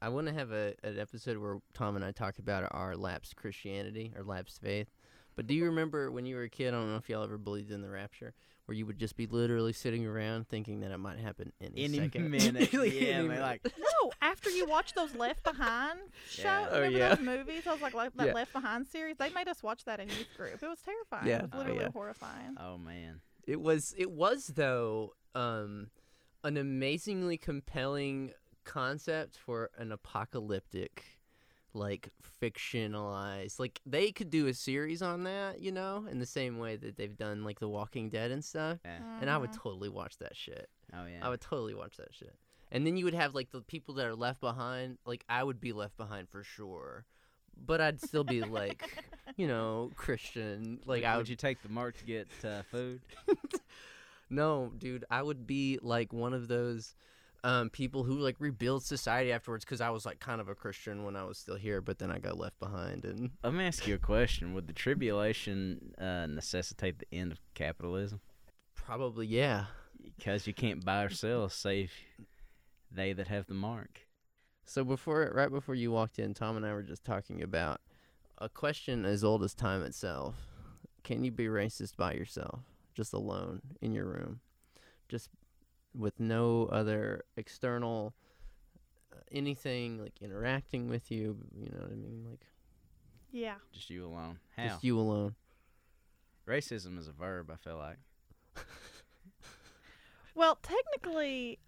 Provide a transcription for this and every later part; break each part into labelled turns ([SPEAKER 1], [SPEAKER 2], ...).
[SPEAKER 1] I want to have a an episode where Tom and I talk about our lapsed Christianity or lapsed faith. But do you remember when you were a kid? I don't know if y'all ever believed in the rapture, where you would just be literally sitting around thinking that it might happen any,
[SPEAKER 2] Any
[SPEAKER 1] second.
[SPEAKER 2] minute.
[SPEAKER 1] Like,
[SPEAKER 2] yeah,
[SPEAKER 1] any
[SPEAKER 2] man,
[SPEAKER 1] minute.
[SPEAKER 2] like
[SPEAKER 3] No, after you watch those Left Behind show,
[SPEAKER 2] Yeah.
[SPEAKER 1] Oh,
[SPEAKER 3] remember
[SPEAKER 1] yeah.
[SPEAKER 3] those movies? I was like, like that
[SPEAKER 1] Yeah.
[SPEAKER 3] Left Behind series. They made us watch that in youth group. It was terrifying.
[SPEAKER 1] Yeah.
[SPEAKER 3] It was
[SPEAKER 2] Oh,
[SPEAKER 3] literally
[SPEAKER 1] yeah.
[SPEAKER 3] horrifying.
[SPEAKER 2] oh man.
[SPEAKER 1] It was it was though um, an amazingly compelling concept for an apocalyptic like fictionalized like they could do a series on that, you know, in the same way that they've done like The Walking Dead and stuff.
[SPEAKER 2] Yeah.
[SPEAKER 1] And I would
[SPEAKER 3] Mhm.
[SPEAKER 1] totally watch that shit.
[SPEAKER 2] Oh yeah.
[SPEAKER 1] I would totally watch that shit. And then you would have like the people that are left behind, like I would be left behind for sure. But I'd still be like, you know, Christian. Like
[SPEAKER 2] would,
[SPEAKER 1] I
[SPEAKER 2] would you take the mark to get uh, food?
[SPEAKER 1] No, dude, I would be like one of those um, people who like rebuild society afterwards because I was like kind of a Christian when I was still here, but then I got left behind. And
[SPEAKER 2] Let me ask you a question. Would the tribulation uh, necessitate the end of capitalism?
[SPEAKER 1] probably, yeah.
[SPEAKER 2] Because you can't buy or sell save they that have the mark.
[SPEAKER 1] So before, right before you walked in, Tom and I were just talking about a question as old as time itself. Can you be racist by yourself, just alone in your room, just with no other external uh, anything like interacting with you? You know what I mean? Like
[SPEAKER 3] Um, Yeah.
[SPEAKER 2] Just you alone. How?
[SPEAKER 1] just you alone.
[SPEAKER 2] Racism is a verb. I feel like.
[SPEAKER 3] Well, technically,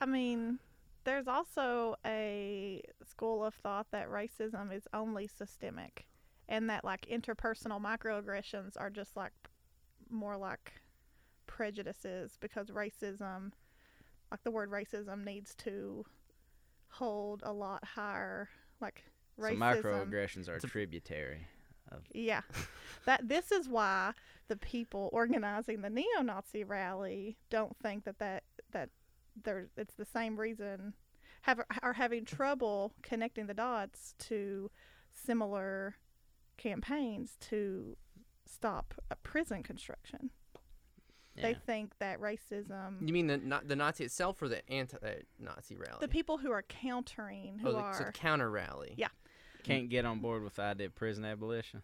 [SPEAKER 3] I mean, there's also a school of thought that racism is only systemic and that like interpersonal microaggressions are just like more like prejudices because racism, like the word racism, needs to hold a lot higher, like
[SPEAKER 2] So
[SPEAKER 3] racism.
[SPEAKER 2] microaggressions are
[SPEAKER 1] It's a-
[SPEAKER 2] tributary.
[SPEAKER 3] Yeah. that this is why the people organizing the neo-Nazi rally don't think that that that there it's the same reason have are having trouble connecting the dots to similar campaigns to stop uh, prison construction.
[SPEAKER 2] Yeah.
[SPEAKER 3] They think that racism
[SPEAKER 1] You mean the not the Nazi itself or the anti-Nazi rally?
[SPEAKER 3] the people who are countering who
[SPEAKER 1] oh, the,
[SPEAKER 3] are
[SPEAKER 1] so the counter rally.
[SPEAKER 3] Yeah.
[SPEAKER 2] Can't get on board with the idea of prison abolition.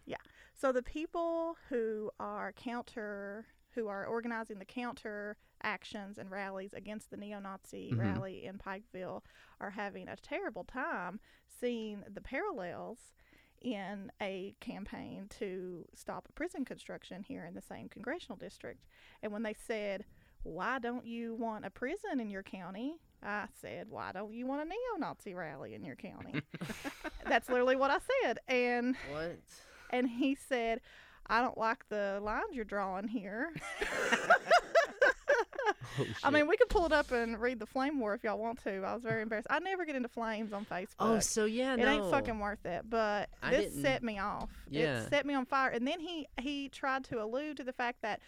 [SPEAKER 3] So the people who are counter, who are organizing the counter actions and rallies against the neo-Nazi
[SPEAKER 1] Mhm.
[SPEAKER 3] rally in Pikeville, are having a terrible time seeing the parallels in a campaign to stop prison construction here in the same congressional district. And when they said, "Why don't you want a prison in your county?" I said, "Why don't you want a neo-Nazi rally in your county?" That's literally what I said, and
[SPEAKER 1] What?
[SPEAKER 3] and he said, "I don't like the lines you're drawing here."
[SPEAKER 1] Oh,
[SPEAKER 3] I mean, we could pull it up and read the flame war if y'all want to. I was very embarrassed. I never get into flames on Facebook.
[SPEAKER 1] oh, so yeah,
[SPEAKER 3] it
[SPEAKER 1] no.
[SPEAKER 3] ain't fucking worth it. But
[SPEAKER 1] I
[SPEAKER 3] this
[SPEAKER 1] didn't-
[SPEAKER 3] set me off.
[SPEAKER 1] Yeah.
[SPEAKER 3] It set me on fire. And then he he tried to allude to the fact that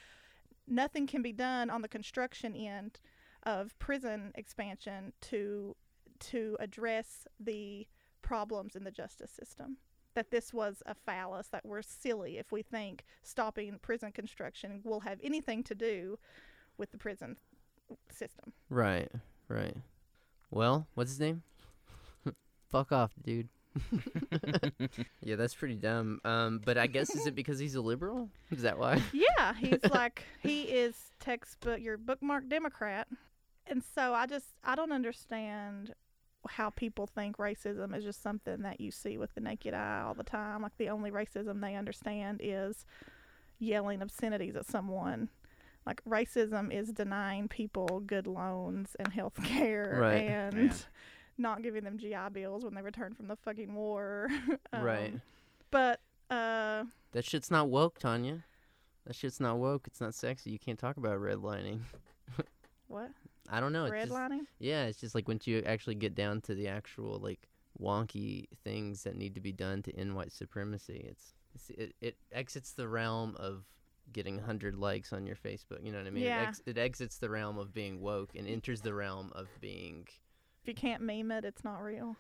[SPEAKER 3] nothing can be done on the construction end of prison expansion to to address the problems in the justice system. That this was a phallus, that we're silly if we think stopping prison construction will have anything to do with the prison system.
[SPEAKER 1] Right, right. Well, what's his name? Fuck off, dude. yeah, that's pretty dumb. Um, but I guess is it because he's a liberal? Is that why?
[SPEAKER 3] Yeah, he's like he is textbook your bookmark Democrat, and so I just I don't understand how people think racism is just something that you see with the naked eye all the time. Like the only racism they understand is yelling obscenities at someone. Like racism is denying people good loans and health care
[SPEAKER 1] Right.
[SPEAKER 3] and
[SPEAKER 2] Yeah.
[SPEAKER 3] not giving them GI bills when they return from the fucking war. Um,
[SPEAKER 1] Right.
[SPEAKER 3] But uh
[SPEAKER 1] That shit's not woke, Tanya. That shit's not woke. It's not sexy. You can't talk about redlining.
[SPEAKER 3] what?
[SPEAKER 1] I don't know. It's just,
[SPEAKER 3] Redlining?
[SPEAKER 1] Yeah, it's just like once you actually get down to the actual like wonky things that need to be done to end white supremacy, it's, it's it, it exits the realm of getting 100 likes on your Facebook, you know what I mean? It,
[SPEAKER 3] Yeah.
[SPEAKER 1] ex- it exits the realm of being woke and enters the realm of being
[SPEAKER 3] If you can't meme it, it's not real.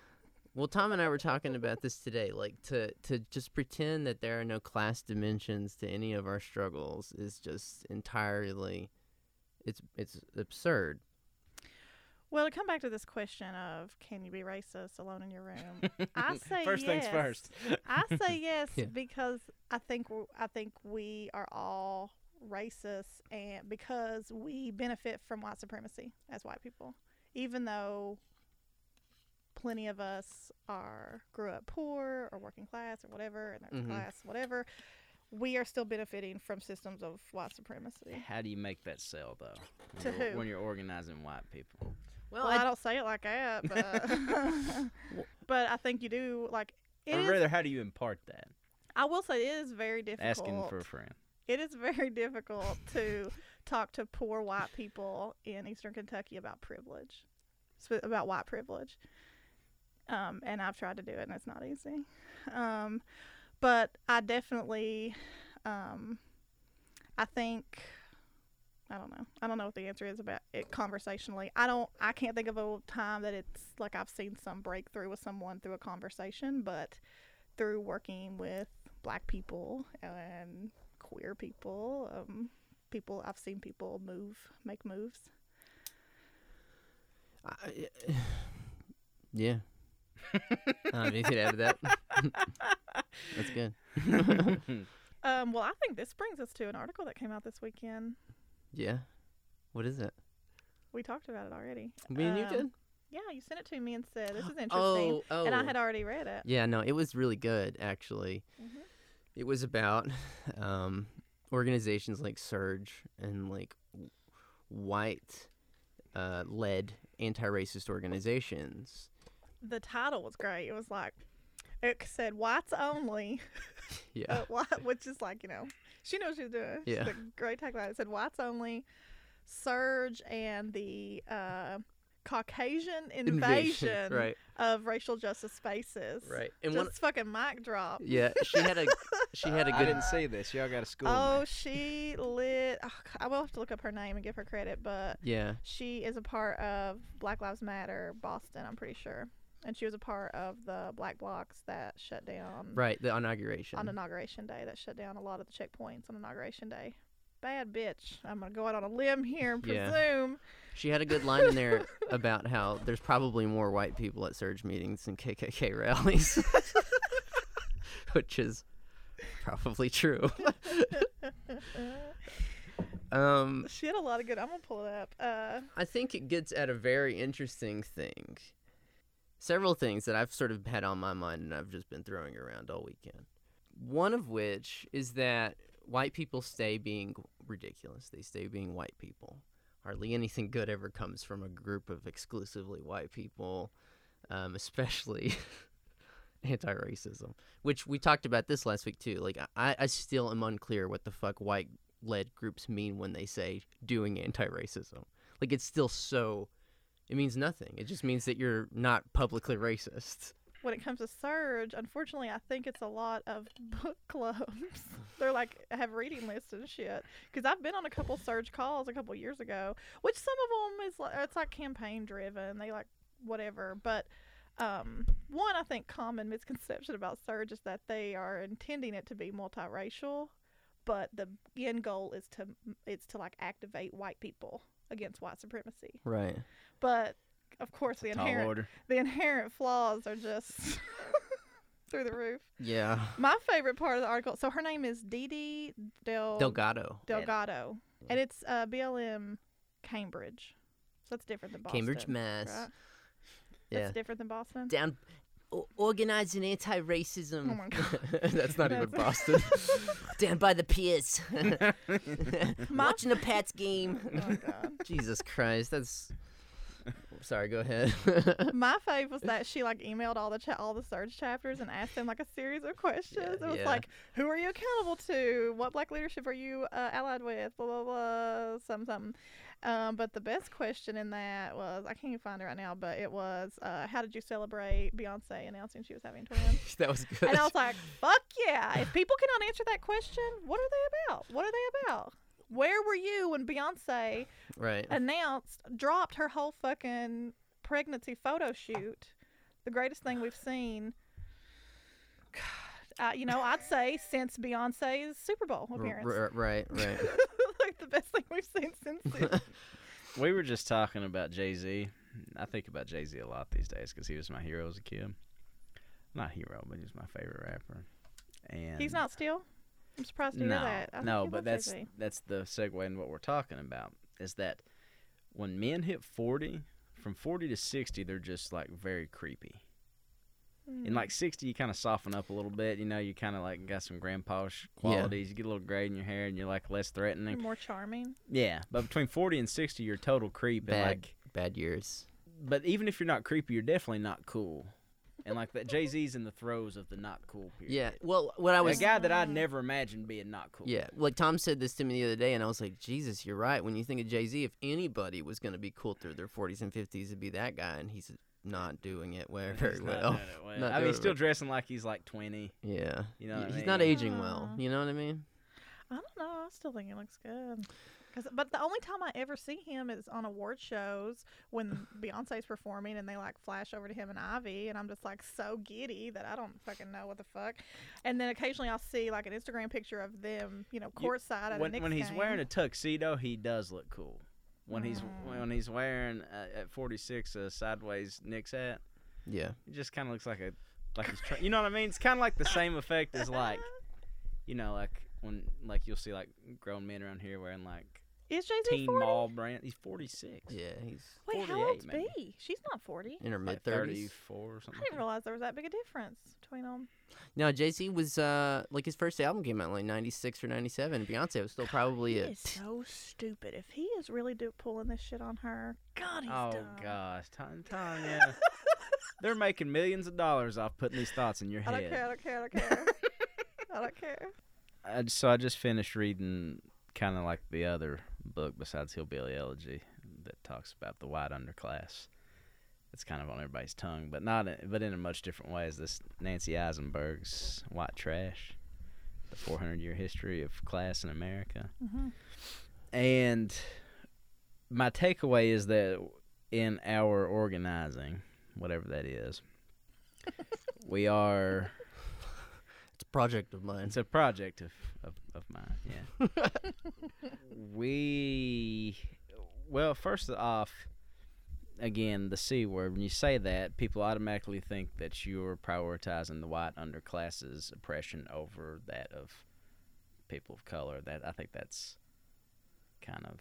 [SPEAKER 1] well, Tom and I were talking about this today. Like to to just pretend that there are no class dimensions to any of our struggles is just entirely it's it's absurd.
[SPEAKER 3] Well, to come back to this question of can you be racist alone in your room? I say
[SPEAKER 2] first things
[SPEAKER 3] Oh, yes.
[SPEAKER 2] first.
[SPEAKER 3] I say yes
[SPEAKER 1] Yeah.
[SPEAKER 3] because I think w- I think we are all racist, and because we benefit from white supremacy as white people, even though plenty of us are grew up poor or working class or whatever, and their
[SPEAKER 2] Mm-hmm.
[SPEAKER 1] Mhm.
[SPEAKER 3] class whatever, we are still benefiting from systems of white supremacy.
[SPEAKER 2] How do you make that sell though? When
[SPEAKER 3] To
[SPEAKER 2] you're-
[SPEAKER 3] who?
[SPEAKER 2] When you're organizing white people.
[SPEAKER 1] Well,
[SPEAKER 3] Well, I don't say it like that, but, but I think you do like. It
[SPEAKER 2] or
[SPEAKER 3] is,
[SPEAKER 2] rather, how do you impart that?
[SPEAKER 3] I will say it is very difficult.
[SPEAKER 2] Asking for a friend.
[SPEAKER 3] it is very difficult to talk to poor white people in eastern kentucky about privilege sp- about white privilege um, and i've tried to do it and it's not easy um, but i definitely um, i think i don't know i don't know what the answer is about it conversationally i don't i can't think of a time that it's like i've seen some breakthrough with someone through a conversation but through working with black people and queer people. Um, people I've seen people move, make moves.
[SPEAKER 1] I, yeah. I mean, you could add that. That's good.
[SPEAKER 3] Um, well, I think this brings us to an article that came out this weekend.
[SPEAKER 1] Yeah. What is it?
[SPEAKER 3] We talked about it already.
[SPEAKER 1] Me and you
[SPEAKER 3] Um,
[SPEAKER 1] did?
[SPEAKER 3] Yeah, you sent it to me and said this is interesting,
[SPEAKER 1] Oh, oh.
[SPEAKER 3] and I had already read it.
[SPEAKER 1] Yeah, no, it was really good actually.
[SPEAKER 3] Mhm.
[SPEAKER 1] It was about um, organizations like Surge and like w- white uh, led anti-racist organizations.
[SPEAKER 3] The title was great. It was like it said whites only,
[SPEAKER 1] Yeah.
[SPEAKER 3] uh, white, which is like you know she knows what she's doing. She's
[SPEAKER 1] Yeah.
[SPEAKER 3] a great tagline. It said whites only, surge and the uh, Caucasian invasion,
[SPEAKER 1] Right.
[SPEAKER 3] of racial justice spaces.
[SPEAKER 1] Right. And
[SPEAKER 3] just
[SPEAKER 1] one
[SPEAKER 3] fucking mic drop.
[SPEAKER 1] yeah, she had a she had a
[SPEAKER 2] I
[SPEAKER 1] good
[SPEAKER 2] didn't see this. Y'all got a school.
[SPEAKER 3] Oh, she lit. oh, God, I will have to look up her name and give her credit, but
[SPEAKER 1] Yeah.
[SPEAKER 3] she is a part of Black Lives Matter Boston, I'm pretty sure, and she was a part of the black blocks that shut down
[SPEAKER 1] Right, the inauguration.
[SPEAKER 3] on inauguration day. That shut down a lot of the checkpoints on inauguration day. Bad bitch. I'm gonna go out on a limb here and
[SPEAKER 1] Yeah.
[SPEAKER 3] presume.
[SPEAKER 1] She had a good line in there about how there's probably more white people at Surge meetings than KKK rallies, which is probably true. um,
[SPEAKER 3] She had a lot of good. I'm gonna pull it up. Uh,
[SPEAKER 1] I think it gets at a very interesting thing. Several things that I've sort of had on my mind and I've just been throwing around all weekend. One of which is that white people stay being ridiculous. They stay being white people. Hardly anything good ever comes from a group of exclusively white people, um, especially anti racism, which we talked about this last week too. Like, I, I still am unclear what the fuck white led groups mean when they say doing anti racism like it's still so it means nothing it just means that you're not publicly racist
[SPEAKER 3] when it comes to surge unfortunately i think it's a lot of book clubs they're like have reading lists and shit because i've been on a couple surge calls a couple years ago which some of them is like it's like campaign driven they like whatever but um, one i think common misconception about surge is that they are intending it to be multiracial but the end goal is to it's to like activate white people against white supremacy
[SPEAKER 1] right
[SPEAKER 3] but of course the
[SPEAKER 2] Tall
[SPEAKER 3] inherent
[SPEAKER 2] order.
[SPEAKER 3] the inherent flaws are just through the roof.
[SPEAKER 1] yeah
[SPEAKER 3] My favorite part of the article. So her name is Dee Dee Del
[SPEAKER 1] delgado
[SPEAKER 3] Delgado, and it's uh, BLM Cambridge. So that's different than Boston.
[SPEAKER 1] cambridge mass
[SPEAKER 3] right?
[SPEAKER 1] yeah
[SPEAKER 3] That's different than Boston.
[SPEAKER 1] down o- organizing anti-racism
[SPEAKER 3] Oh my God.
[SPEAKER 1] that's not even
[SPEAKER 3] That's-
[SPEAKER 1] boston down by the piers
[SPEAKER 3] My-
[SPEAKER 1] watching a pats game
[SPEAKER 3] Oh my God.
[SPEAKER 1] jesus christ that's sorry go ahead
[SPEAKER 3] My fave was that she like emailed all the cha- all the surge chapters and asked them like a series of questions.
[SPEAKER 1] Yeah,
[SPEAKER 3] it was
[SPEAKER 1] yeah.
[SPEAKER 3] like, who are you accountable to? What black leadership are you uh, allied with? Blah blah blah, some something. Um, but the best question in that was I can't even find it right now, but it was uh, how did you celebrate Beyonce announcing she was having twins?
[SPEAKER 1] that was good
[SPEAKER 3] and I was like, fuck yeah! If people cannot answer that question, what are they about? What are they about? Where were you when Beyonce?
[SPEAKER 1] right
[SPEAKER 3] announced, dropped her whole fucking pregnancy photo shoot. The greatest thing we've seen. God, uh, you know, I'd say since Beyonce's Super Bowl
[SPEAKER 1] R-
[SPEAKER 3] appearance,
[SPEAKER 1] r- right right
[SPEAKER 3] like the best thing we've seen since. Then.
[SPEAKER 2] We were just talking about Jay Z I think about Jay Z a lot these days because he was my hero as a kid. Not hero, but he was my favorite rapper. And
[SPEAKER 3] He's not still. I'm surprised to hear
[SPEAKER 2] no,
[SPEAKER 3] that. I think
[SPEAKER 2] no,
[SPEAKER 3] you
[SPEAKER 2] but
[SPEAKER 3] love
[SPEAKER 2] that's
[SPEAKER 3] Jay-Z.
[SPEAKER 2] that's the segue in what we're talking about is that when men hit forty, from forty to sixty, they're just like very creepy. In
[SPEAKER 3] Mm.
[SPEAKER 2] like sixty, you kind of soften up a little bit. You know, you kind of like got some grandpa sh- qualities. You get a little gray in your hair, and you're like less
[SPEAKER 3] You're
[SPEAKER 2] threatening.
[SPEAKER 3] more charming.
[SPEAKER 2] Yeah, but between forty and sixty, you're a total creep. And
[SPEAKER 1] Bad.
[SPEAKER 2] like,
[SPEAKER 1] Bad years.
[SPEAKER 2] but even if you're not creepy, you're definitely not cool. And like that, Jay Z's in the throes of the not cool period.
[SPEAKER 1] Yeah. Well, what I
[SPEAKER 2] a
[SPEAKER 1] was
[SPEAKER 2] guy that I
[SPEAKER 3] Mm.
[SPEAKER 2] never imagined being not cool.
[SPEAKER 1] Yeah, like Tom said this to me the other day, and I was like, Jesus, you're right. When you think of Jay Z, if anybody was going to be cool through their 40s and 50s, it'd be that guy, and he's not doing it very,
[SPEAKER 2] He's
[SPEAKER 1] very
[SPEAKER 2] not
[SPEAKER 1] well.
[SPEAKER 2] doing it well.
[SPEAKER 1] Not
[SPEAKER 2] I mean,
[SPEAKER 1] doing
[SPEAKER 2] he's
[SPEAKER 1] it
[SPEAKER 2] still
[SPEAKER 1] well.
[SPEAKER 2] dressing like he's like twenty.
[SPEAKER 1] Yeah,
[SPEAKER 2] You know what I
[SPEAKER 1] he's not
[SPEAKER 2] mean?
[SPEAKER 1] aging well.
[SPEAKER 3] Aw.
[SPEAKER 1] You know what I mean?
[SPEAKER 3] I don't know. I still think he looks good. 'Cause- but the only time I ever see him is on award shows when Beyonce's performing and they like flash over to him and Ivy, and I'm just like so giddy that I don't fucking know what the fuck. And then occasionally I'll see like an Instagram picture of them, you know,
[SPEAKER 2] You-
[SPEAKER 3] courtside at a
[SPEAKER 2] When,
[SPEAKER 3] Knicks
[SPEAKER 2] when he's
[SPEAKER 3] game.
[SPEAKER 2] wearing a tuxedo, he does look cool. When he's
[SPEAKER 3] Mm.
[SPEAKER 2] when he's wearing uh, at forty six a sideways Knicks hat,
[SPEAKER 1] Yeah,
[SPEAKER 2] he just kind of looks like a like he's trying. You know what I mean? It's kind of like the same effect as
[SPEAKER 3] Uh,
[SPEAKER 2] like you know like when like you'll see like grown men around here wearing like
[SPEAKER 3] is Jay Z
[SPEAKER 2] Teen
[SPEAKER 3] forty?
[SPEAKER 2] Mall brand. He's forty six.
[SPEAKER 1] yeah, he's
[SPEAKER 3] Wait, how
[SPEAKER 2] 48
[SPEAKER 3] old's
[SPEAKER 2] maybe.
[SPEAKER 3] B? She's not forty.
[SPEAKER 1] in her
[SPEAKER 2] Like
[SPEAKER 1] mid 30s.
[SPEAKER 2] 34 or
[SPEAKER 3] I
[SPEAKER 2] something.
[SPEAKER 3] didn't realize there was that big a difference between them.
[SPEAKER 1] No, Jay Z was uh like his first album came out in like '96 or '97. Beyonce was still probably
[SPEAKER 3] He
[SPEAKER 1] a
[SPEAKER 3] is so stupid. If he is really do- pulling this shit on her, God, he's
[SPEAKER 2] Oh
[SPEAKER 3] dumb.
[SPEAKER 2] gosh, time, time, yeah. They're making millions of dollars off putting these thoughts in your
[SPEAKER 3] I don't care. I
[SPEAKER 2] head.
[SPEAKER 3] don't care. I don't care. I don't care.
[SPEAKER 2] I j- so I just finished reading kind of like the other book besides Hillbilly Elegy that talks about the white underclass. It's kind of on everybody's tongue, but not, in, but in a much different way. Is this Nancy Eisenberg's White Trash, the 400 year history of class in America?
[SPEAKER 3] Mm-hmm.
[SPEAKER 2] And my takeaway is that in our organizing, whatever that is, we are.
[SPEAKER 1] it's a project of mine.
[SPEAKER 2] It's a project of, of, of mine, yeah. we. Well, first off, again, the C word, when you say that, people automatically think that you're prioritizing the white underclass's oppression over that of people of color. That I think that's kind of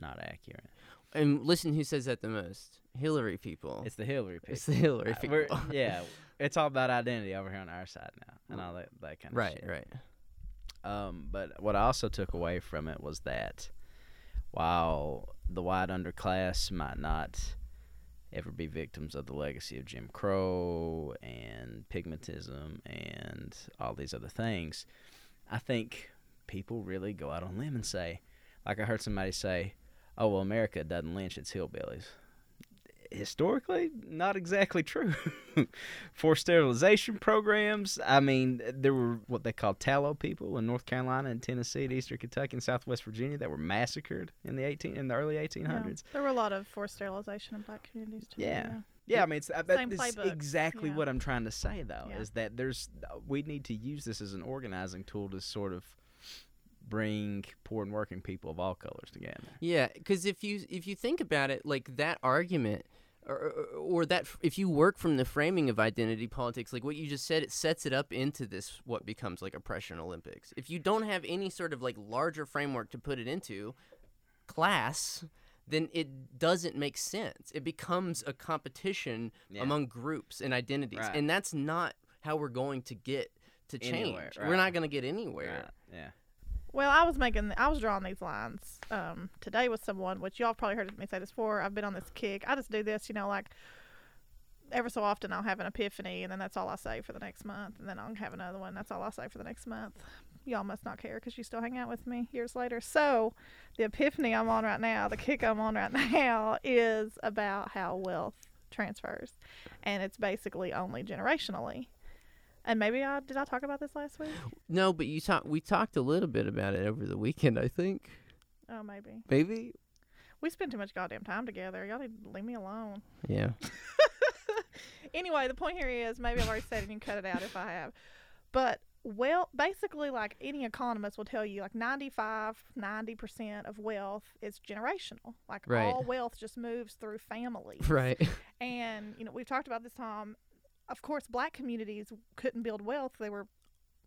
[SPEAKER 2] not accurate.
[SPEAKER 1] and listen, who says that the most? Hillary people.
[SPEAKER 2] It's the Hillary people.
[SPEAKER 1] It's the Hillary
[SPEAKER 2] Uh,
[SPEAKER 1] people.
[SPEAKER 2] we're- yeah, it's all about identity over here on our side now, and all that, that kind of
[SPEAKER 1] right,
[SPEAKER 2] shit.
[SPEAKER 1] right.
[SPEAKER 2] Um, but what I also took away from it was that while the white underclass might not ever be victims of the legacy of Jim Crow and pigmentism and all these other things, I think people really go out on a limb and say, like I heard somebody say, "Oh well, America doesn't lynch its hillbillies." Historically, not exactly true. Forced sterilization programs. I mean, there were what they called tallow people in North Carolina and Tennessee, and Eastern Kentucky, and Southwest Virginia that were massacred in the eighteen in the early eighteen hundreds.
[SPEAKER 3] There were a lot of forced sterilization in black communities too.
[SPEAKER 2] Yeah. Yeah, I mean, it's, I,
[SPEAKER 3] Same
[SPEAKER 2] that, that's
[SPEAKER 3] playbooks,
[SPEAKER 2] exactly
[SPEAKER 3] yeah.
[SPEAKER 2] what I'm trying to say, though,
[SPEAKER 3] Yeah.
[SPEAKER 2] is that there's we need to use this as an organizing tool to sort of bring poor and working people of all colors together.
[SPEAKER 1] Yeah, because if you if you think about it, like that argument, or, or, or that f- if you work from the framing of identity politics, like what you just said, it sets it up into this what becomes like oppression Olympics. If you don't have any sort of like larger framework to put it into, class. Then it doesn't make sense. It becomes a competition
[SPEAKER 2] Yeah.
[SPEAKER 1] among groups and identities,
[SPEAKER 2] Right.
[SPEAKER 1] and that's not how we're going to get to change.
[SPEAKER 2] Anywhere,
[SPEAKER 1] We're
[SPEAKER 2] right.
[SPEAKER 1] not going to get anywhere.
[SPEAKER 2] Yeah.
[SPEAKER 3] Well, I was making, I was drawing these lines um, today with someone, which y'all probably heard me say this before. I've been on this kick. I just do this, you know, like ever so often I'll have an epiphany, and then that's all I say for the next month, and then I'll have another one. That's all I say for the next month. Y'all must not care because you still hang out with me years later. So, the epiphany I'm on right now, the kick I'm on right now, is about how wealth transfers, and it's basically only generationally. And maybe I did I talk about this last week?
[SPEAKER 1] No, but you talk. We talked a little bit about it over the weekend. I think
[SPEAKER 3] Oh, maybe.
[SPEAKER 1] maybe
[SPEAKER 3] We spend too much goddamn time together. Y'all need to leave me alone.
[SPEAKER 1] Yeah.
[SPEAKER 3] Anyway, the point here is maybe I've already said it and you can cut it out if I have. But well basically like any economist will tell you like 95 90% of wealth is generational like
[SPEAKER 1] Right.
[SPEAKER 3] all wealth just moves through family
[SPEAKER 1] Right.
[SPEAKER 3] and you know we've talked about this tom of course black communities couldn't build wealth they were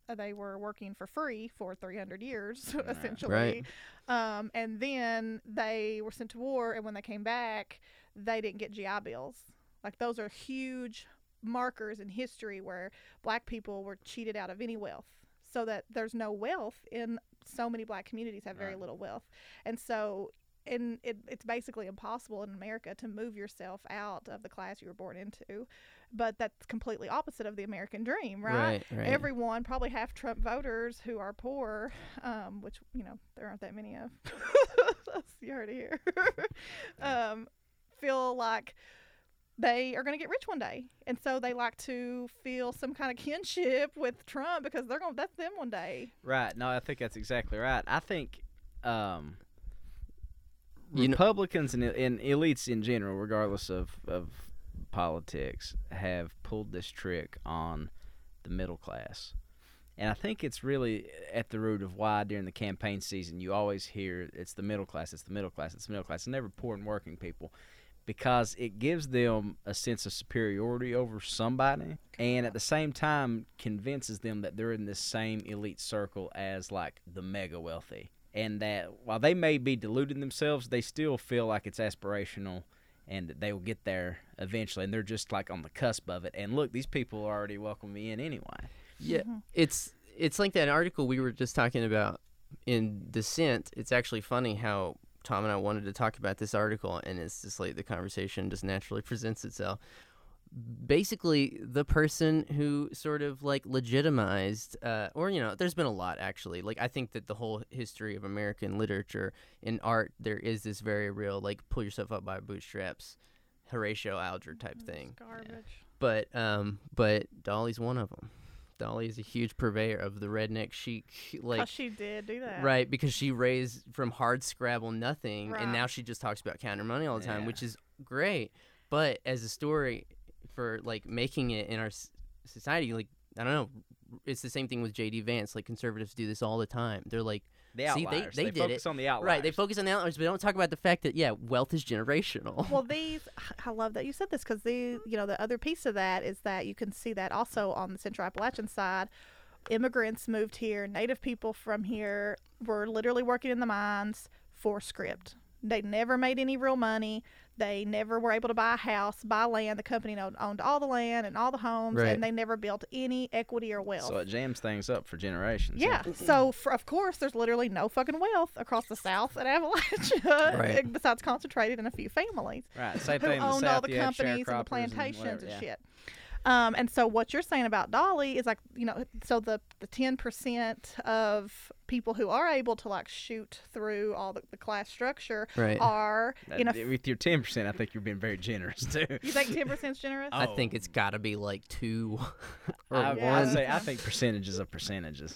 [SPEAKER 3] uh, they were working for free for 300 years
[SPEAKER 2] Right.
[SPEAKER 3] essentially um, and then they were sent to war and when they came back they didn't get gi bills like those are huge markers in history where black people were cheated out of any wealth so that there's no wealth in so many black communities have very
[SPEAKER 2] Right.
[SPEAKER 3] little wealth and so and it, it's basically impossible in America to move yourself out of the class you were born into. But that's completely opposite of the American dream, right?
[SPEAKER 1] Right. Right.
[SPEAKER 3] Everyone probably half Trump voters who are poor, um, which you know there aren't that many of. you heard it here. um, feel like they are going to get rich one day, and so they like to feel some kind of kinship with Trump because they're going to that's them one day.
[SPEAKER 2] Right. No, I think that's exactly right. I think um,
[SPEAKER 1] You know-
[SPEAKER 2] Republicans and, and elites in general, regardless of, of politics, have pulled this trick on the middle class. And I think it's really at the root of why during the campaign season you always hear it's the middle class, it's the middle class, it's the middle class. It's never poor and working people because it gives them a sense of superiority over somebody and at the same time convinces them that they're in the same elite circle as like the mega wealthy and that while they may be deluding themselves they still feel like it's aspirational and that they will get there eventually and they're just like on the cusp of it and look these people are already welcoming me in anyway
[SPEAKER 1] Yeah,
[SPEAKER 3] Mm-hmm.
[SPEAKER 1] it's it's like that article we were just talking about in Descent. It's actually funny how Tom and I wanted to talk about this article, and it's just like the conversation just naturally presents itself. Basically, the person who sort of like legitimized, uh, or you know, there's been a lot actually. Like, I think that the whole history of American literature and art, there is this very real like pull yourself up by bootstraps, Horatio Alger type thing
[SPEAKER 3] garbage.
[SPEAKER 1] but um, but Dolly's one of them. Dolly is a huge purveyor of the redneck chic, like
[SPEAKER 3] Oh, she did do that,
[SPEAKER 1] right because she raised from hard scrabble nothing,
[SPEAKER 3] Right.
[SPEAKER 1] and now she just talks about counter money all the time,
[SPEAKER 2] Yeah.
[SPEAKER 1] which is great. But as a story for like making it in our s- society, like I don't know, it's the same thing with J.D. Vance. Like conservatives do this all the time. They're like,
[SPEAKER 2] the
[SPEAKER 1] See, they-
[SPEAKER 2] outliers
[SPEAKER 1] they did it.
[SPEAKER 2] focus on the outliers
[SPEAKER 1] right, they focus on the outliers, but they don't talk about the fact that yeah, wealth is generational.
[SPEAKER 3] Well, these I love that you said this because the you know the other piece of that is that you can see that also on the Central Appalachian side, immigrants moved here, Native people from here were literally working in the mines for script. They never made any real money. They never were able to buy a house, buy land. The company owned, owned all the land and all the homes,
[SPEAKER 1] Right.
[SPEAKER 3] and they never built any equity or wealth.
[SPEAKER 2] so it jams things up for generations
[SPEAKER 3] Yeah. So, for, of course, there's literally no fucking wealth across the South and Appalachia,
[SPEAKER 1] Right.
[SPEAKER 3] besides concentrated in a few families
[SPEAKER 2] right same
[SPEAKER 3] who
[SPEAKER 2] thing in the
[SPEAKER 3] owned
[SPEAKER 2] South,
[SPEAKER 3] all the
[SPEAKER 2] you have
[SPEAKER 3] companies and the
[SPEAKER 2] sharecroppers and
[SPEAKER 3] plantations and,
[SPEAKER 2] whatever, yeah.
[SPEAKER 3] shit. Um, and so what you're saying about Dolly is like, you know, so the the ten percent of people who are able to like shoot through all the, the class structure
[SPEAKER 1] right,
[SPEAKER 3] are in a
[SPEAKER 2] Uh, with your 10% i think you're being very generous too
[SPEAKER 3] you think ten percent is generous?
[SPEAKER 2] Oh,
[SPEAKER 1] I think it's got to be like two or
[SPEAKER 2] I,
[SPEAKER 1] one.
[SPEAKER 3] Yeah.
[SPEAKER 2] I'd say I think percentages are percentages.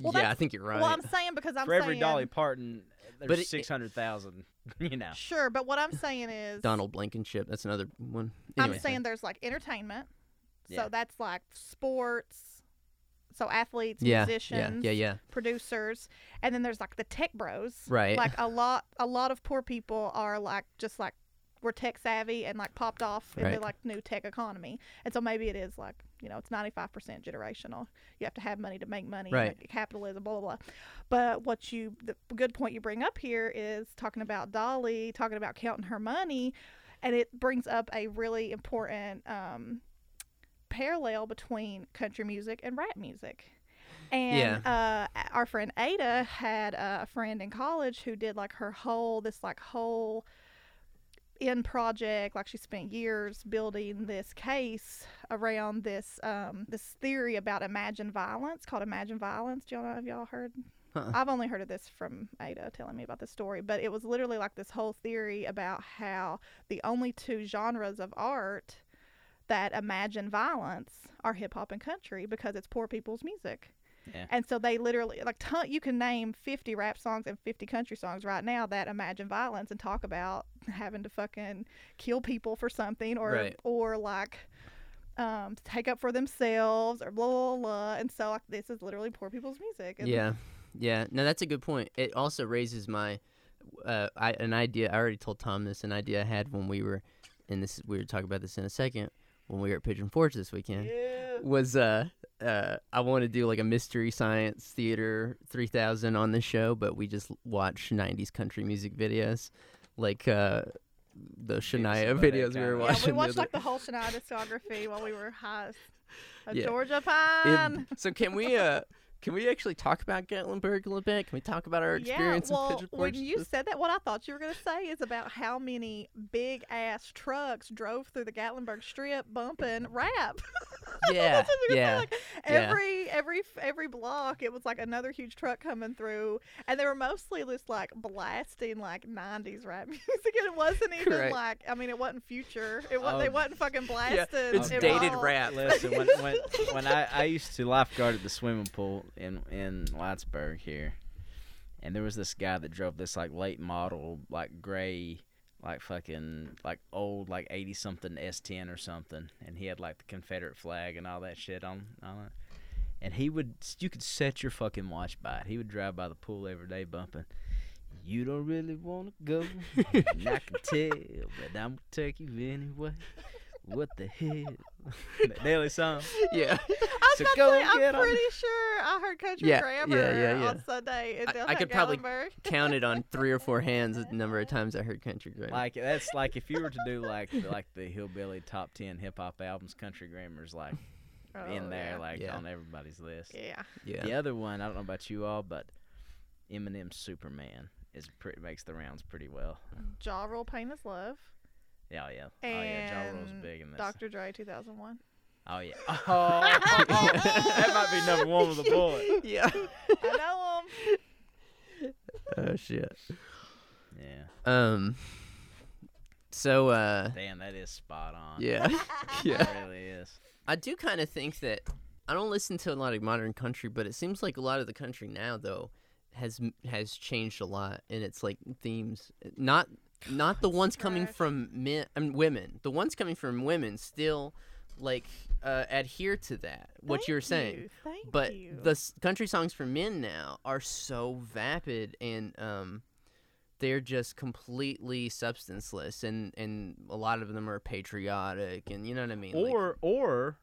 [SPEAKER 3] Well,
[SPEAKER 1] yeah,
[SPEAKER 3] that's-
[SPEAKER 1] I think you're right.
[SPEAKER 3] Well, I'm saying because I'm
[SPEAKER 2] For every
[SPEAKER 3] saying
[SPEAKER 2] Dolly Parton, there's
[SPEAKER 1] But it-
[SPEAKER 2] six hundred thousand. You know,
[SPEAKER 3] sure, but what I'm saying is
[SPEAKER 1] Donald Blankenship. That's another one. Anyway,
[SPEAKER 3] I'm saying there's like entertainment,
[SPEAKER 2] Yeah.
[SPEAKER 3] so that's like sports, so athletes,
[SPEAKER 1] yeah, yeah,
[SPEAKER 3] musicians,
[SPEAKER 1] yeah, yeah.
[SPEAKER 3] producers and then there's like the tech bros
[SPEAKER 1] Right.
[SPEAKER 3] like a lot a lot of poor people are like just like were tech savvy and like popped off in the
[SPEAKER 1] Right.
[SPEAKER 3] like new tech economy and so maybe it is like you know it's 95% generational you have to have money to make money
[SPEAKER 1] Right.
[SPEAKER 3] like capitalism blah blah blah but what you the good point you bring up here is talking about dolly talking about counting her money and it brings up a really important um, parallel between country music and rap music. And uh, our friend Ada had a friend in college who did like her whole this like whole end project. Like she spent years building this case around this um, this theory about imagined violence called imagined violence. Do y'all know? Have y'all heard?
[SPEAKER 1] Uh-uh.
[SPEAKER 3] I've only heard of this from Ada telling me about this story, but it was literally like this whole theory about how the only two genres of art that imagine violence are hip hop and country because it's poor people's music.
[SPEAKER 2] Yeah.
[SPEAKER 3] And so they literally like ton, you can name 50 rap songs and 50 country songs right now that imagine violence and talk about having to fucking kill people for something or
[SPEAKER 1] Right.
[SPEAKER 3] or like um, to take up for themselves or blah blah blah. And so like, this is literally poor people's music. And
[SPEAKER 1] Yeah, yeah. No, that's a good point. It also raises my uh, I, an idea. I already told Tom this. An idea I had when we were, and this we were talking about this in a second when we were at Pigeon Forge this weekend
[SPEAKER 3] Yeah.
[SPEAKER 1] was uh, uh I want to do like a mystery science theater three thousand on the show, but we just watch nineties country music videos, like uh the
[SPEAKER 2] some
[SPEAKER 1] Shania
[SPEAKER 2] of that
[SPEAKER 1] videos we were
[SPEAKER 2] kinda-
[SPEAKER 3] Yeah,
[SPEAKER 1] watching.
[SPEAKER 3] we
[SPEAKER 1] the
[SPEAKER 3] watched
[SPEAKER 1] other-
[SPEAKER 3] like the whole Shania discography while we were high. A
[SPEAKER 1] Yeah.
[SPEAKER 3] Georgia
[SPEAKER 1] It-
[SPEAKER 3] Pine.
[SPEAKER 1] so can we uh can we actually talk about Gatlinburg a little bit? Can we talk about our experience
[SPEAKER 3] yeah, well,
[SPEAKER 1] in Pigeon Forge?
[SPEAKER 3] when you said that, what I thought you were going to say is about how many big ass trucks drove through the Gatlinburg Strip bumping rap.
[SPEAKER 1] yeah,
[SPEAKER 3] That's what we were saying,
[SPEAKER 1] Uh, yeah.
[SPEAKER 3] like,
[SPEAKER 1] yeah.
[SPEAKER 3] every every every block, it was like another huge truck coming through, and they were mostly just like blasting like '90s rap music. It wasn't even
[SPEAKER 1] Correct.
[SPEAKER 3] like I mean, it wasn't future. It was they
[SPEAKER 2] Oh.
[SPEAKER 3] wasn't fucking blasting.
[SPEAKER 1] it's
[SPEAKER 3] it
[SPEAKER 1] dated
[SPEAKER 3] all.
[SPEAKER 1] rap.
[SPEAKER 2] Listen, when, when, when I, I used to lifeguard at the swimming pool in in Whitesburg here, and there was this guy that drove this like late model, like gray, like fucking like old, like eighty something S ten or something, and he had like the Confederate flag and all that shit on on it. And he would, you could set your fucking watch by it. He would drive by the pool every day bumping. You don't really want to go, and I can tell, but I'm gonna take you anyway. What the hell? That Daily song.
[SPEAKER 1] yeah.
[SPEAKER 3] I was
[SPEAKER 2] So
[SPEAKER 3] about
[SPEAKER 2] go
[SPEAKER 3] to say, I'm
[SPEAKER 2] get 'em.
[SPEAKER 3] pretty sure I heard Country
[SPEAKER 1] Yeah, yeah,
[SPEAKER 3] Grammar
[SPEAKER 1] yeah, yeah.
[SPEAKER 3] on Sunday. in
[SPEAKER 1] I-
[SPEAKER 3] Del-
[SPEAKER 1] I could probably-
[SPEAKER 3] Gatlinburg.
[SPEAKER 1] Counted on three or four hands the number of times I heard country grammar.
[SPEAKER 2] Like that's like if you were to do like the- like the hillbilly top ten hip hop albums, Country Grammar's like
[SPEAKER 3] Oh,
[SPEAKER 2] in there,
[SPEAKER 3] yeah.
[SPEAKER 2] like
[SPEAKER 1] Yeah.
[SPEAKER 2] on everybody's list.
[SPEAKER 3] yeah.
[SPEAKER 1] yeah.
[SPEAKER 2] The other one, I don't know about you all, but Eminem's Superman is pretty makes the rounds pretty well.
[SPEAKER 3] Jaw Rule Pain is Love.
[SPEAKER 2] Yeah, yeah. oh yeah, Ja Rule's
[SPEAKER 3] And
[SPEAKER 2] big in this.
[SPEAKER 3] Dr. Dre 2001.
[SPEAKER 2] oh yeah. Oh, that might be number one with a bullet.
[SPEAKER 1] Yeah.
[SPEAKER 3] I know 'em.
[SPEAKER 1] oh shit.
[SPEAKER 2] Yeah.
[SPEAKER 1] Um. So uh.
[SPEAKER 2] Damn, that is spot on.
[SPEAKER 1] Yeah. yeah.
[SPEAKER 2] It really is.
[SPEAKER 1] I do kind of think that I don't listen to a lot of modern country, but it seems like a lot of the country now though has has changed a lot in its like themes. Not not the ones coming
[SPEAKER 3] trash.
[SPEAKER 1] from men and women. The ones coming from women still like uh, adhere to that what
[SPEAKER 3] Thank
[SPEAKER 1] you're saying.
[SPEAKER 3] you, Thank
[SPEAKER 1] but
[SPEAKER 3] you.
[SPEAKER 1] the s- country songs for men now are so vapid and um they're just completely substanceless and and a lot of them are patriotic and you know what i mean Like-
[SPEAKER 2] Or or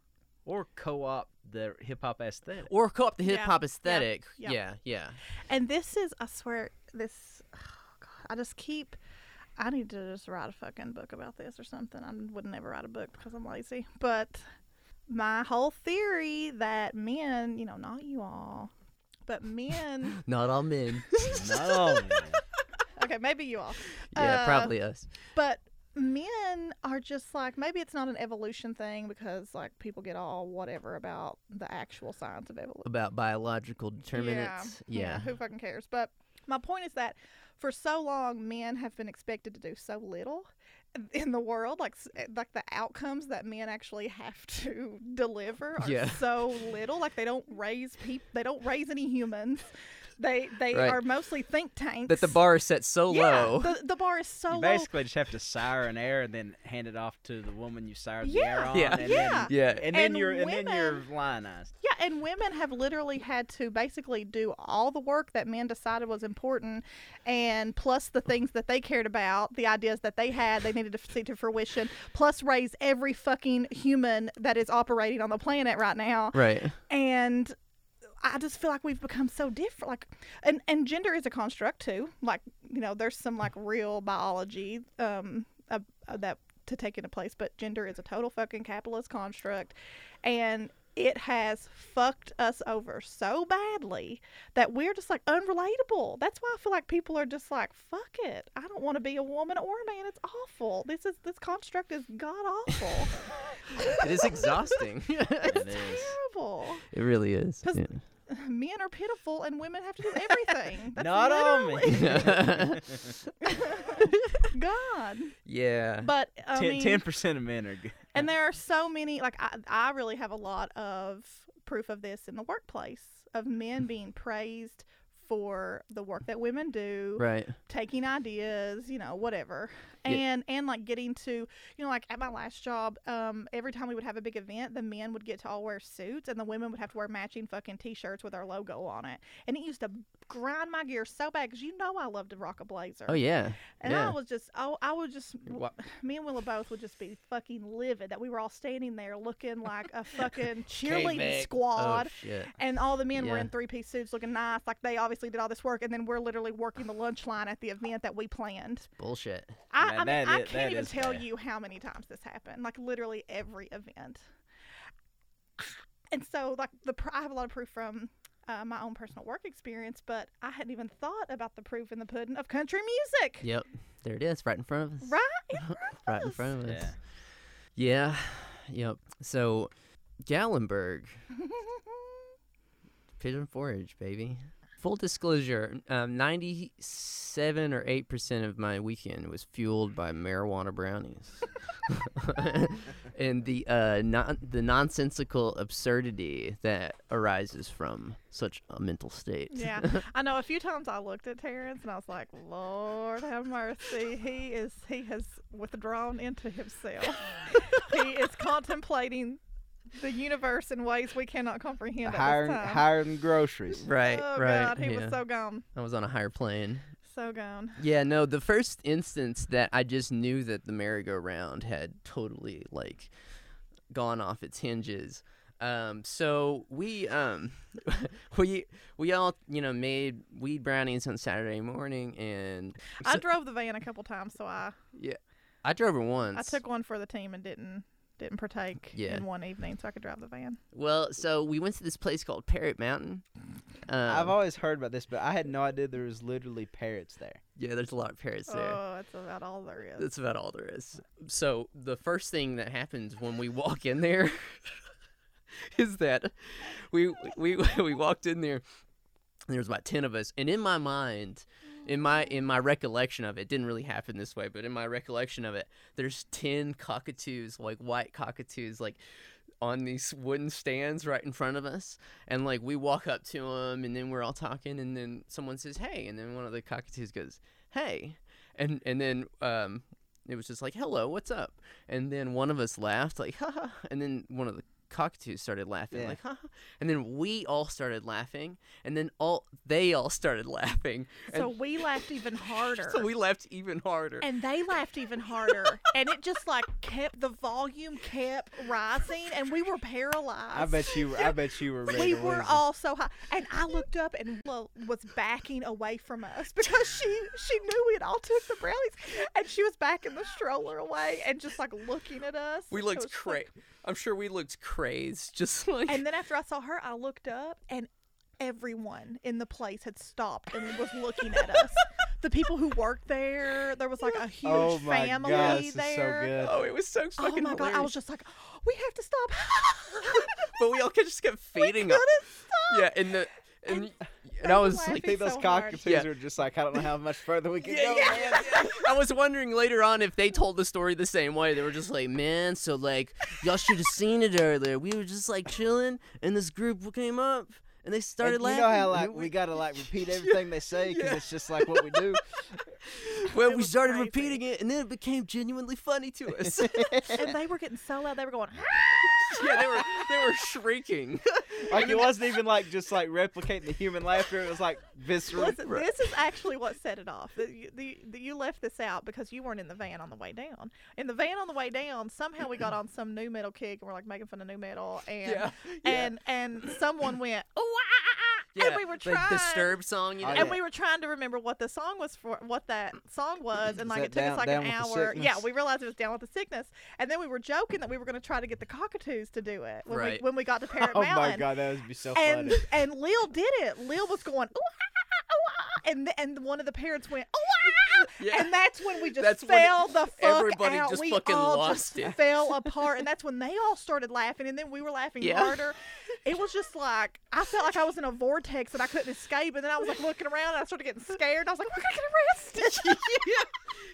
[SPEAKER 2] or co opt the hip hop aesthetic.
[SPEAKER 1] or co-op the
[SPEAKER 3] Yeah,
[SPEAKER 1] hip hop
[SPEAKER 3] yeah,
[SPEAKER 1] aesthetic
[SPEAKER 3] yeah.
[SPEAKER 1] yeah yeah
[SPEAKER 3] and this is, I swear, this. Oh God, I just keep. I need to just write a fucking book about this or something. I would never write a book because I'm lazy. But my whole theory that men, you know, not you all, but men.
[SPEAKER 1] not all men
[SPEAKER 2] No, man.
[SPEAKER 3] okay, maybe you all.
[SPEAKER 1] yeah
[SPEAKER 3] Uh,
[SPEAKER 1] probably us
[SPEAKER 3] But men are just like maybe it's not an evolution thing because like people get all whatever about the actual science of evolution.
[SPEAKER 1] about biological determinants yeah
[SPEAKER 3] Who fucking cares? But my point is that for so long, men have been expected to do so little in the world. Like, s- eh, like the outcomes that men actually have to deliver are
[SPEAKER 1] Yeah.
[SPEAKER 3] so little. Like they don't raise people. They don't raise any humans. They they
[SPEAKER 1] Right.
[SPEAKER 3] are mostly think tanks.
[SPEAKER 1] that the bar is set so
[SPEAKER 3] Yeah,
[SPEAKER 1] low
[SPEAKER 3] the, the bar is so
[SPEAKER 2] you
[SPEAKER 3] low.
[SPEAKER 2] basically just have to sire an air and then hand it off to the woman you sired the air
[SPEAKER 3] Yeah.
[SPEAKER 2] on.
[SPEAKER 1] Yeah.
[SPEAKER 2] and
[SPEAKER 3] Yeah.
[SPEAKER 2] Then,
[SPEAKER 1] yeah
[SPEAKER 2] and then
[SPEAKER 3] And
[SPEAKER 2] you're and then
[SPEAKER 3] women-
[SPEAKER 2] you're lionized.
[SPEAKER 3] Yeah, and women have literally had to basically do all the work that men decided was important, and plus the things that they cared about, the ideas that they had, they needed to see to fruition, plus raise every fucking human that is operating on the planet right now.
[SPEAKER 1] right
[SPEAKER 3] And I just feel like we've become so different. Like, and and gender is a construct too. Like, you know, there's some like real biology um uh, uh, that to take into place, but gender is a total fucking capitalist construct, and it has fucked us over so badly that we're just like unrelatable. That's why I feel like people are just like, fuck it. I don't want to be a woman or a man. It's awful. This is this construct is god awful.
[SPEAKER 1] it is exhausting
[SPEAKER 2] It
[SPEAKER 1] it
[SPEAKER 2] is.
[SPEAKER 3] Terrible.
[SPEAKER 1] really is
[SPEAKER 3] Cause-
[SPEAKER 1] yeah.
[SPEAKER 3] men are pitiful and women have to do everything. That's
[SPEAKER 2] Not um, on me.
[SPEAKER 3] literally
[SPEAKER 1] yeah
[SPEAKER 3] God.
[SPEAKER 1] yeah
[SPEAKER 3] But I mean,
[SPEAKER 2] Ten percent of men are good.
[SPEAKER 3] and there are so many. Like I, I really have a lot of proof of this in the workplace of men being praised for the work that women do,
[SPEAKER 1] Right.
[SPEAKER 3] taking ideas, you know, whatever.
[SPEAKER 1] Yeah.
[SPEAKER 3] And and like getting to, you know, like at my last job, um, every time we would have a big event, the men would get to all wear suits and the women would have to wear matching fucking t-shirts with our logo on it. And it used to grind my gear so bad because you know I love to rock a blazer.
[SPEAKER 1] Oh yeah.
[SPEAKER 3] And
[SPEAKER 1] yeah.
[SPEAKER 3] I was just, oh, I would just,
[SPEAKER 1] Wha-
[SPEAKER 3] me and Willa both would just be fucking livid that we were all standing there looking like a fucking
[SPEAKER 2] K-Mag.
[SPEAKER 3] cheerleading
[SPEAKER 2] Oh,
[SPEAKER 3] squad.
[SPEAKER 1] Oh shit.
[SPEAKER 3] And all the men were
[SPEAKER 1] Yeah.
[SPEAKER 3] in three piece suits looking nice, like they obviously did all this work. And then we're literally working the lunch line at the event that we planned.
[SPEAKER 1] Bullshit.
[SPEAKER 3] I,
[SPEAKER 2] Man,
[SPEAKER 3] I mean,
[SPEAKER 2] that is-
[SPEAKER 3] I
[SPEAKER 2] that
[SPEAKER 3] can't even
[SPEAKER 2] is
[SPEAKER 3] tell
[SPEAKER 2] bad.
[SPEAKER 3] you how many times this happened. Like literally every event. And so, like the, pr- I have a lot of proof from uh, my own personal work experience, but I hadn't even thought about the proof in the pudding of country music.
[SPEAKER 1] Yep. There it is, right in front of us.
[SPEAKER 3] Right?
[SPEAKER 1] Right in
[SPEAKER 3] us.
[SPEAKER 1] front of us. Yeah.
[SPEAKER 2] Yeah.
[SPEAKER 1] Yep. So, Gallenberg, pigeon forage, baby. Full disclosure: um, ninety-seven or eight percent of my weekend was fueled by marijuana brownies, and the uh, non- the nonsensical absurdity that arises from such a mental state.
[SPEAKER 3] yeah. I know a few times I looked at Terrence and I was like, Lord have mercy. He is he has withdrawn into himself. he is contemplating the universe in ways we cannot comprehend
[SPEAKER 2] Hiring,
[SPEAKER 3] at this time.
[SPEAKER 2] hiring groceries.
[SPEAKER 1] right.
[SPEAKER 3] oh
[SPEAKER 1] right.
[SPEAKER 3] God, he
[SPEAKER 1] yeah.
[SPEAKER 3] was so gone.
[SPEAKER 1] I was on a higher plane.
[SPEAKER 3] So gone.
[SPEAKER 1] Yeah, no, the first instance that I just knew that the merry-go-round had totally like gone off its hinges. Um, so we um we we all, you know, made weed brownies on Saturday morning and
[SPEAKER 3] I
[SPEAKER 1] So-
[SPEAKER 3] drove the van a couple times, so I
[SPEAKER 1] I drove her once.
[SPEAKER 3] I took one for the team and didn't didn't partake
[SPEAKER 1] Yeah.
[SPEAKER 3] in one evening, so I could drive the van.
[SPEAKER 1] Well, so we went to this place called Parrot Mountain. Um,
[SPEAKER 2] I've always heard about this, but I had no idea there was literally parrots there.
[SPEAKER 1] yeah, there's a lot of parrots there.
[SPEAKER 3] Oh, that's about all there is.
[SPEAKER 1] That's about all there is. So the first thing that happens when we walk in there is that we we we walked in there. And there was about ten of us, and in my mind, in my in my recollection of it, it didn't really happen this way, but in my recollection of it, there's ten cockatoos, like white cockatoos, like on these wooden stands right in front of us, and like we walk up to them, and then we're all talking, and then someone says, "Hey," and then one of the cockatoos goes, "Hey," and and then um, it was just like, "Hello, what's up?" And then one of us laughed, like, "Ha ha," and then one of the cockatoos started laughing,
[SPEAKER 2] Yeah.
[SPEAKER 1] like, "Ha ha," and then we all started laughing, and then all they all started laughing,
[SPEAKER 3] So
[SPEAKER 1] and
[SPEAKER 3] we laughed even harder.
[SPEAKER 1] so we laughed even harder.
[SPEAKER 3] and they laughed even harder. and it just like kept the volume kept rising and we were paralyzed.
[SPEAKER 2] I bet you. I bet you were. ready
[SPEAKER 3] we
[SPEAKER 2] to
[SPEAKER 3] were
[SPEAKER 2] lose it.
[SPEAKER 3] all so high. And I looked up and Willa was backing away from us because she she knew we had all took the brownies and she was backing the stroller away and just like looking at us.
[SPEAKER 1] we
[SPEAKER 3] It was
[SPEAKER 1] looked
[SPEAKER 3] just
[SPEAKER 1] cra
[SPEAKER 3] like-
[SPEAKER 1] I'm sure we looked crazed, just like
[SPEAKER 3] And then after I saw her, I looked up and everyone in the place had stopped and was looking at us. The people who worked there, there was like a huge
[SPEAKER 2] Oh my
[SPEAKER 3] family
[SPEAKER 2] god, this is so
[SPEAKER 3] there.
[SPEAKER 2] good.
[SPEAKER 1] oh, it was so
[SPEAKER 3] Oh my
[SPEAKER 1] fucking
[SPEAKER 3] god! I
[SPEAKER 1] hilarious.
[SPEAKER 3] was just like, we have to stop.
[SPEAKER 1] but we all just kept feeding
[SPEAKER 3] Couldn't
[SPEAKER 1] up.
[SPEAKER 3] stop.
[SPEAKER 1] Yeah, and the and, and
[SPEAKER 3] they
[SPEAKER 1] I
[SPEAKER 3] were
[SPEAKER 1] was
[SPEAKER 2] I
[SPEAKER 1] like,
[SPEAKER 3] laughing.
[SPEAKER 2] think
[SPEAKER 3] so
[SPEAKER 2] those
[SPEAKER 3] hard.
[SPEAKER 2] cockatoos
[SPEAKER 1] Yeah.
[SPEAKER 2] are just like I don't know how much further we can
[SPEAKER 1] yeah,
[SPEAKER 2] go.
[SPEAKER 1] yeah, yeah. I was wondering later on if they told the story the same way. They were just like, man, so like y'all should have seen it earlier. We were just like chilling, and this group came up, and they started
[SPEAKER 2] And you
[SPEAKER 1] laughing.
[SPEAKER 2] know how like
[SPEAKER 1] and
[SPEAKER 2] we gotta like repeat everything they say because
[SPEAKER 1] Yeah.
[SPEAKER 2] it's just like what we do.
[SPEAKER 1] well,
[SPEAKER 3] It
[SPEAKER 1] we
[SPEAKER 3] was
[SPEAKER 1] started
[SPEAKER 3] crazy.
[SPEAKER 1] repeating it, and then it became genuinely funny to us.
[SPEAKER 3] and they were getting so loud, they were going.
[SPEAKER 1] yeah, they were they were shrieking.
[SPEAKER 2] like it wasn't even like just like replicating the human laughter. It was like visceral.
[SPEAKER 3] Listen, this is actually what set it off. The, you- the, the, you left this out because you weren't in the van on the way down. In the van on the way down, somehow we got on some new metal kick and we're like making fun of new metal. And
[SPEAKER 1] Yeah, yeah.
[SPEAKER 3] and and someone went, "Ooh, ah, ah, ah," and we were
[SPEAKER 1] the
[SPEAKER 3] trying.
[SPEAKER 1] Disturbed song, you
[SPEAKER 2] Oh,
[SPEAKER 1] know.
[SPEAKER 3] and
[SPEAKER 2] yeah.
[SPEAKER 3] we were trying to remember what the song was for, what that song was, and
[SPEAKER 2] Is
[SPEAKER 3] like
[SPEAKER 2] that
[SPEAKER 3] it took
[SPEAKER 2] Down-
[SPEAKER 3] us like
[SPEAKER 2] Down
[SPEAKER 3] an
[SPEAKER 2] with the
[SPEAKER 3] hour. Yeah,
[SPEAKER 2] Sickness?
[SPEAKER 3] we realized it was down with the sickness, and then we were joking that we were going to try to get the cockatoos to do it when
[SPEAKER 1] Right.
[SPEAKER 3] we when we got to Parrot
[SPEAKER 2] oh
[SPEAKER 3] Mountain
[SPEAKER 2] my god, that would be so
[SPEAKER 3] and
[SPEAKER 2] funny.
[SPEAKER 3] and Lil did it. Lil was going, "Ooh, ah, ooh, ah," and th- and one of the parents went, "Ooh, ah,"
[SPEAKER 1] Yeah.
[SPEAKER 3] and that's when we just
[SPEAKER 1] That's when
[SPEAKER 3] fell the fuck
[SPEAKER 1] everybody
[SPEAKER 3] out.
[SPEAKER 1] just
[SPEAKER 3] we
[SPEAKER 1] fucking
[SPEAKER 3] all
[SPEAKER 1] lost
[SPEAKER 3] just
[SPEAKER 1] it.
[SPEAKER 3] fell apart, and that's when they all started laughing, and then we were laughing
[SPEAKER 1] Yeah.
[SPEAKER 3] harder. It was just like I felt like I was in a vortex and I couldn't escape, and then I was like looking around and I started getting scared. I was like, "We're gonna get arrested."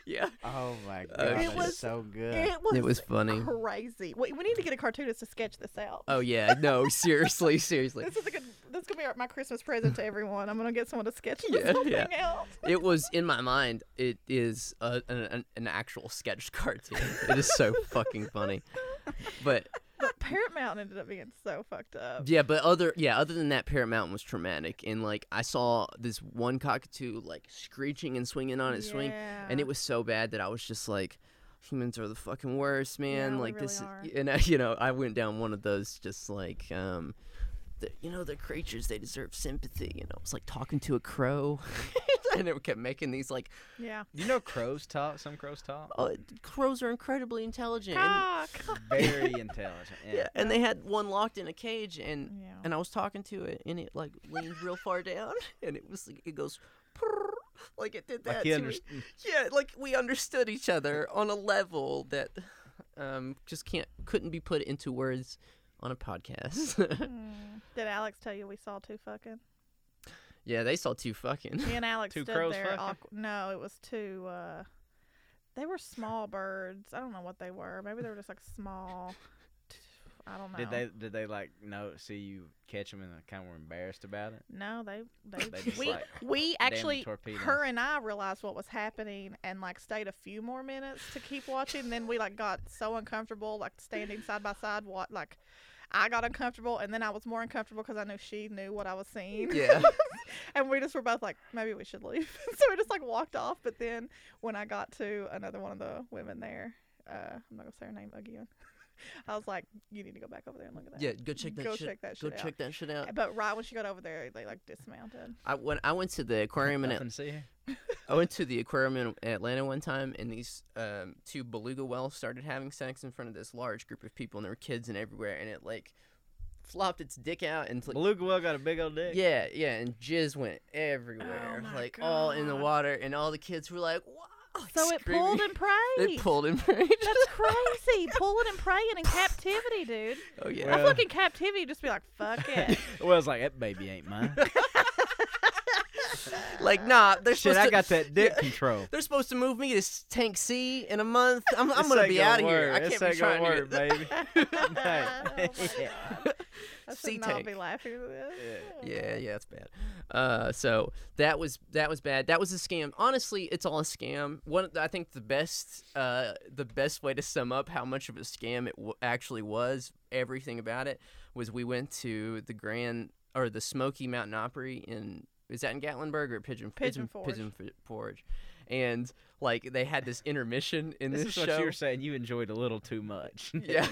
[SPEAKER 1] yeah,
[SPEAKER 2] Oh my god,
[SPEAKER 1] It
[SPEAKER 2] that's
[SPEAKER 3] was-
[SPEAKER 2] so good.
[SPEAKER 3] it was
[SPEAKER 1] it was funny.
[SPEAKER 3] crazy. We, we need to get a cartoonist to sketch this out.
[SPEAKER 1] Oh yeah, no, seriously, seriously.
[SPEAKER 3] This is a good That's gonna be our- my Christmas present to everyone. I'm gonna get someone to sketch this
[SPEAKER 1] Yeah,
[SPEAKER 3] whole
[SPEAKER 1] yeah.
[SPEAKER 3] thing out.
[SPEAKER 1] It was in my mind. It is a, an, an- an actual sketched cartoon. It is so fucking funny. But
[SPEAKER 3] But Parent Mountain ended up being so fucked up.
[SPEAKER 1] yeah, but other yeah, other than that, Parrot Mountain was traumatic. And like I saw this one cockatoo like screeching and swinging on its swing, and
[SPEAKER 3] Yeah.
[SPEAKER 1] it was so bad that I was just like, humans are the fucking worst, man.
[SPEAKER 3] Yeah, we
[SPEAKER 1] like this,
[SPEAKER 3] really
[SPEAKER 1] is, and I, you know, I went down one of those just like, um, the, you know, the creatures they deserve sympathy, and I was like talking to a crow, and it kept making these like,
[SPEAKER 3] yeah.
[SPEAKER 2] You know, crows talk. Some crows talk.
[SPEAKER 1] oh, crows are incredibly intelligent, and,
[SPEAKER 3] Cock.
[SPEAKER 2] Very intelligent. Yeah.
[SPEAKER 1] yeah, and they had one locked in a cage, and
[SPEAKER 3] Yeah.
[SPEAKER 1] and I was talking to it, and it like leaned real far down, and it was like it goes. "Purr," Like it did that.
[SPEAKER 2] Like he
[SPEAKER 1] to me.
[SPEAKER 2] underst-
[SPEAKER 1] yeah, like we understood each other on a level that um, just can't couldn't be put into words on a podcast.
[SPEAKER 3] Mm. Did Alex tell you we saw two fucking?
[SPEAKER 1] yeah, they saw two fucking.
[SPEAKER 3] Me and Alex
[SPEAKER 2] Two
[SPEAKER 3] stood
[SPEAKER 2] crows
[SPEAKER 3] there.
[SPEAKER 2] fucking?
[SPEAKER 3] awk- no, it was two. Uh, they were small birds. I don't know what they were. Maybe they were just like small. I don't know.
[SPEAKER 2] Did they? Did they like no? See you catch them and they kind of were embarrassed about it.
[SPEAKER 3] No, they they,
[SPEAKER 2] They just,
[SPEAKER 3] we
[SPEAKER 2] like,
[SPEAKER 3] we actually
[SPEAKER 2] torpedoes.
[SPEAKER 3] her and I realized what was happening and like stayed a few more minutes to keep watching. then we like got so uncomfortable like standing side by side. What like I got uncomfortable and then I was more uncomfortable because I knew she knew what I was seeing.
[SPEAKER 1] Yeah.
[SPEAKER 3] and we just were both like maybe we should leave. so we just like walked off. But then when I got to another one of the women there, uh, I'm not gonna say her name again. I was like, you need to go back over there and look at that.
[SPEAKER 1] Yeah, go check that
[SPEAKER 3] go
[SPEAKER 1] shit.
[SPEAKER 3] check that
[SPEAKER 1] go
[SPEAKER 3] shit out.
[SPEAKER 1] check that shit out.
[SPEAKER 3] But right when she got over there, they like dismounted.
[SPEAKER 1] I when I went to the aquarium in At-
[SPEAKER 2] Nothing to see here.
[SPEAKER 1] I went to the aquarium in Atlanta one time, and these um, two beluga whales started having sex in front of this large group of people, and there were kids and everywhere, and it like flopped its dick out and like,
[SPEAKER 2] Beluga Oh whale got a big old dick.
[SPEAKER 1] Yeah, yeah, and jizz went everywhere,
[SPEAKER 3] my
[SPEAKER 1] like all in the
[SPEAKER 3] God.
[SPEAKER 1] water, and all the kids were like, "Wow!" like,
[SPEAKER 3] So it pulled
[SPEAKER 1] screaming.
[SPEAKER 3] and prayed.
[SPEAKER 1] It pulled and prayed.
[SPEAKER 3] That's crazy. Pulling and praying in captivity, dude.
[SPEAKER 1] oh yeah.
[SPEAKER 3] I
[SPEAKER 2] Well-
[SPEAKER 3] fucking captivity just be like, fuck it.
[SPEAKER 2] Well, it's like that baby ain't mine.
[SPEAKER 1] Like nah, they're
[SPEAKER 2] Shit,
[SPEAKER 1] supposed
[SPEAKER 2] I
[SPEAKER 1] to,
[SPEAKER 2] got that dick control.
[SPEAKER 1] They're supposed to move me to s- Tank C in a month. I'm, I'm
[SPEAKER 2] This
[SPEAKER 1] gonna
[SPEAKER 2] ain't
[SPEAKER 1] be
[SPEAKER 2] gonna
[SPEAKER 1] out of here.
[SPEAKER 2] work.
[SPEAKER 1] I
[SPEAKER 2] This
[SPEAKER 1] can't be
[SPEAKER 2] ain't gonna
[SPEAKER 1] trying to
[SPEAKER 2] work, baby. Right.
[SPEAKER 3] Oh my
[SPEAKER 2] Yeah.
[SPEAKER 3] God. I
[SPEAKER 1] Sea
[SPEAKER 3] should not
[SPEAKER 1] tank.
[SPEAKER 3] be laughing at this.
[SPEAKER 1] Yeah, yeah, that's bad. Uh, so that was that was bad. That was a scam. Honestly, it's all a scam. One, of the- I think the best uh, the best way to sum up how much of a scam it w- actually was, everything about it, was we went to the Grand or the Smoky Mountain Opry in is that in Gatlinburg or Pigeon
[SPEAKER 3] Pigeon Forge.
[SPEAKER 1] Pigeon F- Forge, and like they had this intermission in
[SPEAKER 2] This
[SPEAKER 1] this,
[SPEAKER 2] is
[SPEAKER 1] show.
[SPEAKER 2] what you were saying. You enjoyed a little too much.
[SPEAKER 1] yeah,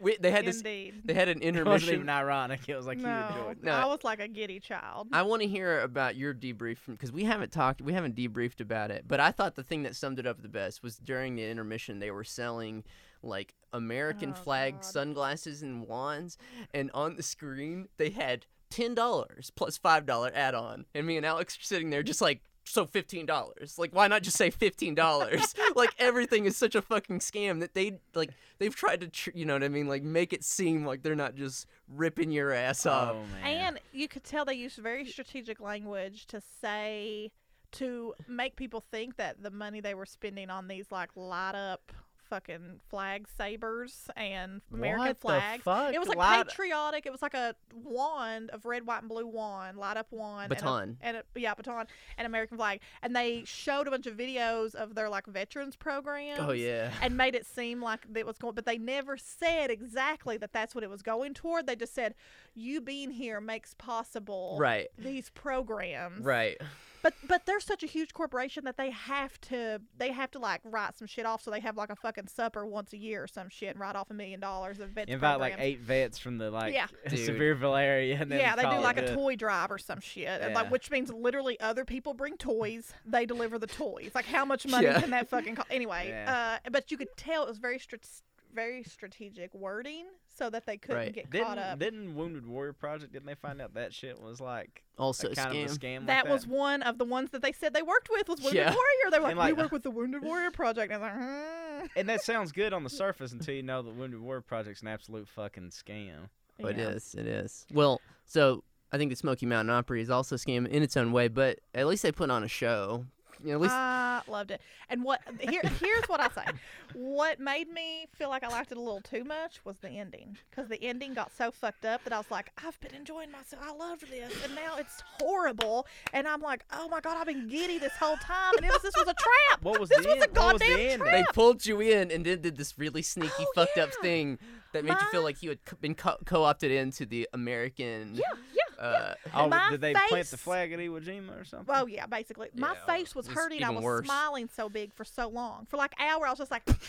[SPEAKER 1] we, they had this.
[SPEAKER 3] Indeed.
[SPEAKER 1] They had an
[SPEAKER 2] it wasn't even
[SPEAKER 1] intermission.
[SPEAKER 2] ironic. It was like you
[SPEAKER 3] No,
[SPEAKER 2] enjoyed.
[SPEAKER 1] No.
[SPEAKER 3] I was like a giddy child.
[SPEAKER 1] I want to hear about your debrief because we haven't talked, we haven't debriefed about it. But I thought the thing that summed it up the best was during the intermission they were selling like American
[SPEAKER 3] Oh,
[SPEAKER 1] flag
[SPEAKER 3] God.
[SPEAKER 1] sunglasses and wands, and on the screen they had ten dollars plus five dollar add on, and me and Alex are sitting there just like. So fifteen dollars. Like, why not just say fifteen dollars? like, everything is such a fucking scam that they like. They've tried to, tr- you know what I mean? Like, make it seem like they're not just ripping your ass off.
[SPEAKER 2] oh man.
[SPEAKER 3] And you could tell they used very strategic language to say to make people think that the money they were spending on these like light up fucking flag sabers and American
[SPEAKER 2] What the
[SPEAKER 3] flags.
[SPEAKER 2] fuck?
[SPEAKER 3] It was like
[SPEAKER 2] Light-
[SPEAKER 3] patriotic. It was like a wand of red, white, and blue wand, light up wand,
[SPEAKER 1] Baton.
[SPEAKER 3] and, a, and a, yeah, baton, and American flag. And they showed a bunch of videos of their like veterans programs
[SPEAKER 1] Oh yeah.
[SPEAKER 3] and made it seem like it was going but they never said exactly that that's what it was going toward they just said you being here makes possible
[SPEAKER 1] Right.
[SPEAKER 3] these programs
[SPEAKER 1] Right.
[SPEAKER 3] but but they're such a huge corporation that they have to they have to like write some shit off so they have like a fucking supper once a year or some shit and write off a million dollars of vet
[SPEAKER 2] Invite like
[SPEAKER 3] programs.
[SPEAKER 2] eight vets from the like
[SPEAKER 3] Yeah.
[SPEAKER 1] Dude.
[SPEAKER 2] severe Valeria, and then
[SPEAKER 3] yeah, they do
[SPEAKER 2] call it
[SPEAKER 3] like a
[SPEAKER 2] good.
[SPEAKER 3] toy drive or some shit, and,
[SPEAKER 2] Yeah.
[SPEAKER 3] like which means literally other people bring toys. They deliver the toys. Like how much money
[SPEAKER 1] Yeah.
[SPEAKER 3] can that fucking cost? Anyway,
[SPEAKER 2] Yeah.
[SPEAKER 3] uh, but you could tell it was very strat- very strategic wording so that they couldn't
[SPEAKER 1] Right.
[SPEAKER 3] get caught
[SPEAKER 2] Didn't,
[SPEAKER 3] up.
[SPEAKER 2] didn't Wounded Warrior Project? Didn't they find out that shit was like
[SPEAKER 1] Also
[SPEAKER 2] a kind
[SPEAKER 1] scam.
[SPEAKER 2] of a scam? like
[SPEAKER 3] that was one of the ones that they said they worked with was Wounded
[SPEAKER 1] Yeah.
[SPEAKER 3] Warrior. They were like,
[SPEAKER 2] And,
[SPEAKER 3] we
[SPEAKER 2] like-
[SPEAKER 3] work with the Wounded Warrior Project. And I was like,
[SPEAKER 2] and that sounds good on the surface until you know the Wounded Warrior Project's an absolute fucking scam.
[SPEAKER 3] hmm.
[SPEAKER 1] Oh, It
[SPEAKER 3] Yeah.
[SPEAKER 1] is. It is. Well, so I think the Smoky Mountain Opry is also a scam in its own way, but at least they put on a show. You know, at least
[SPEAKER 3] Uh, not loved it. And what here here's what I say. What made me feel like I liked it a little too much was the ending because the ending got so fucked up that I was like, I've been enjoying myself. I loved this, and now it's horrible. And I'm like, oh my god, I've been giddy this whole time, and it was, this was a trap.
[SPEAKER 2] What was
[SPEAKER 3] this
[SPEAKER 2] the
[SPEAKER 3] was a
[SPEAKER 2] end? What was the
[SPEAKER 3] goddamn
[SPEAKER 2] end?
[SPEAKER 3] trap.
[SPEAKER 1] They pulled you in and then did this really sneaky,
[SPEAKER 3] Oh,
[SPEAKER 1] fucked up
[SPEAKER 3] yeah.
[SPEAKER 1] thing that made you feel
[SPEAKER 3] My-
[SPEAKER 1] like you had co- been co- co-opted into the American.
[SPEAKER 3] Yeah, yeah.
[SPEAKER 1] Uh,
[SPEAKER 2] Oh,
[SPEAKER 3] My
[SPEAKER 2] did they plant the
[SPEAKER 3] face-
[SPEAKER 2] flag at Iwo Jima or something?
[SPEAKER 3] Well, yeah, basically. My
[SPEAKER 1] Yeah,
[SPEAKER 3] face
[SPEAKER 1] it
[SPEAKER 3] was
[SPEAKER 1] was
[SPEAKER 3] hurting. I
[SPEAKER 1] even
[SPEAKER 3] was
[SPEAKER 1] worse.
[SPEAKER 3] smiling so big for so long. For like an hour, I was just like, because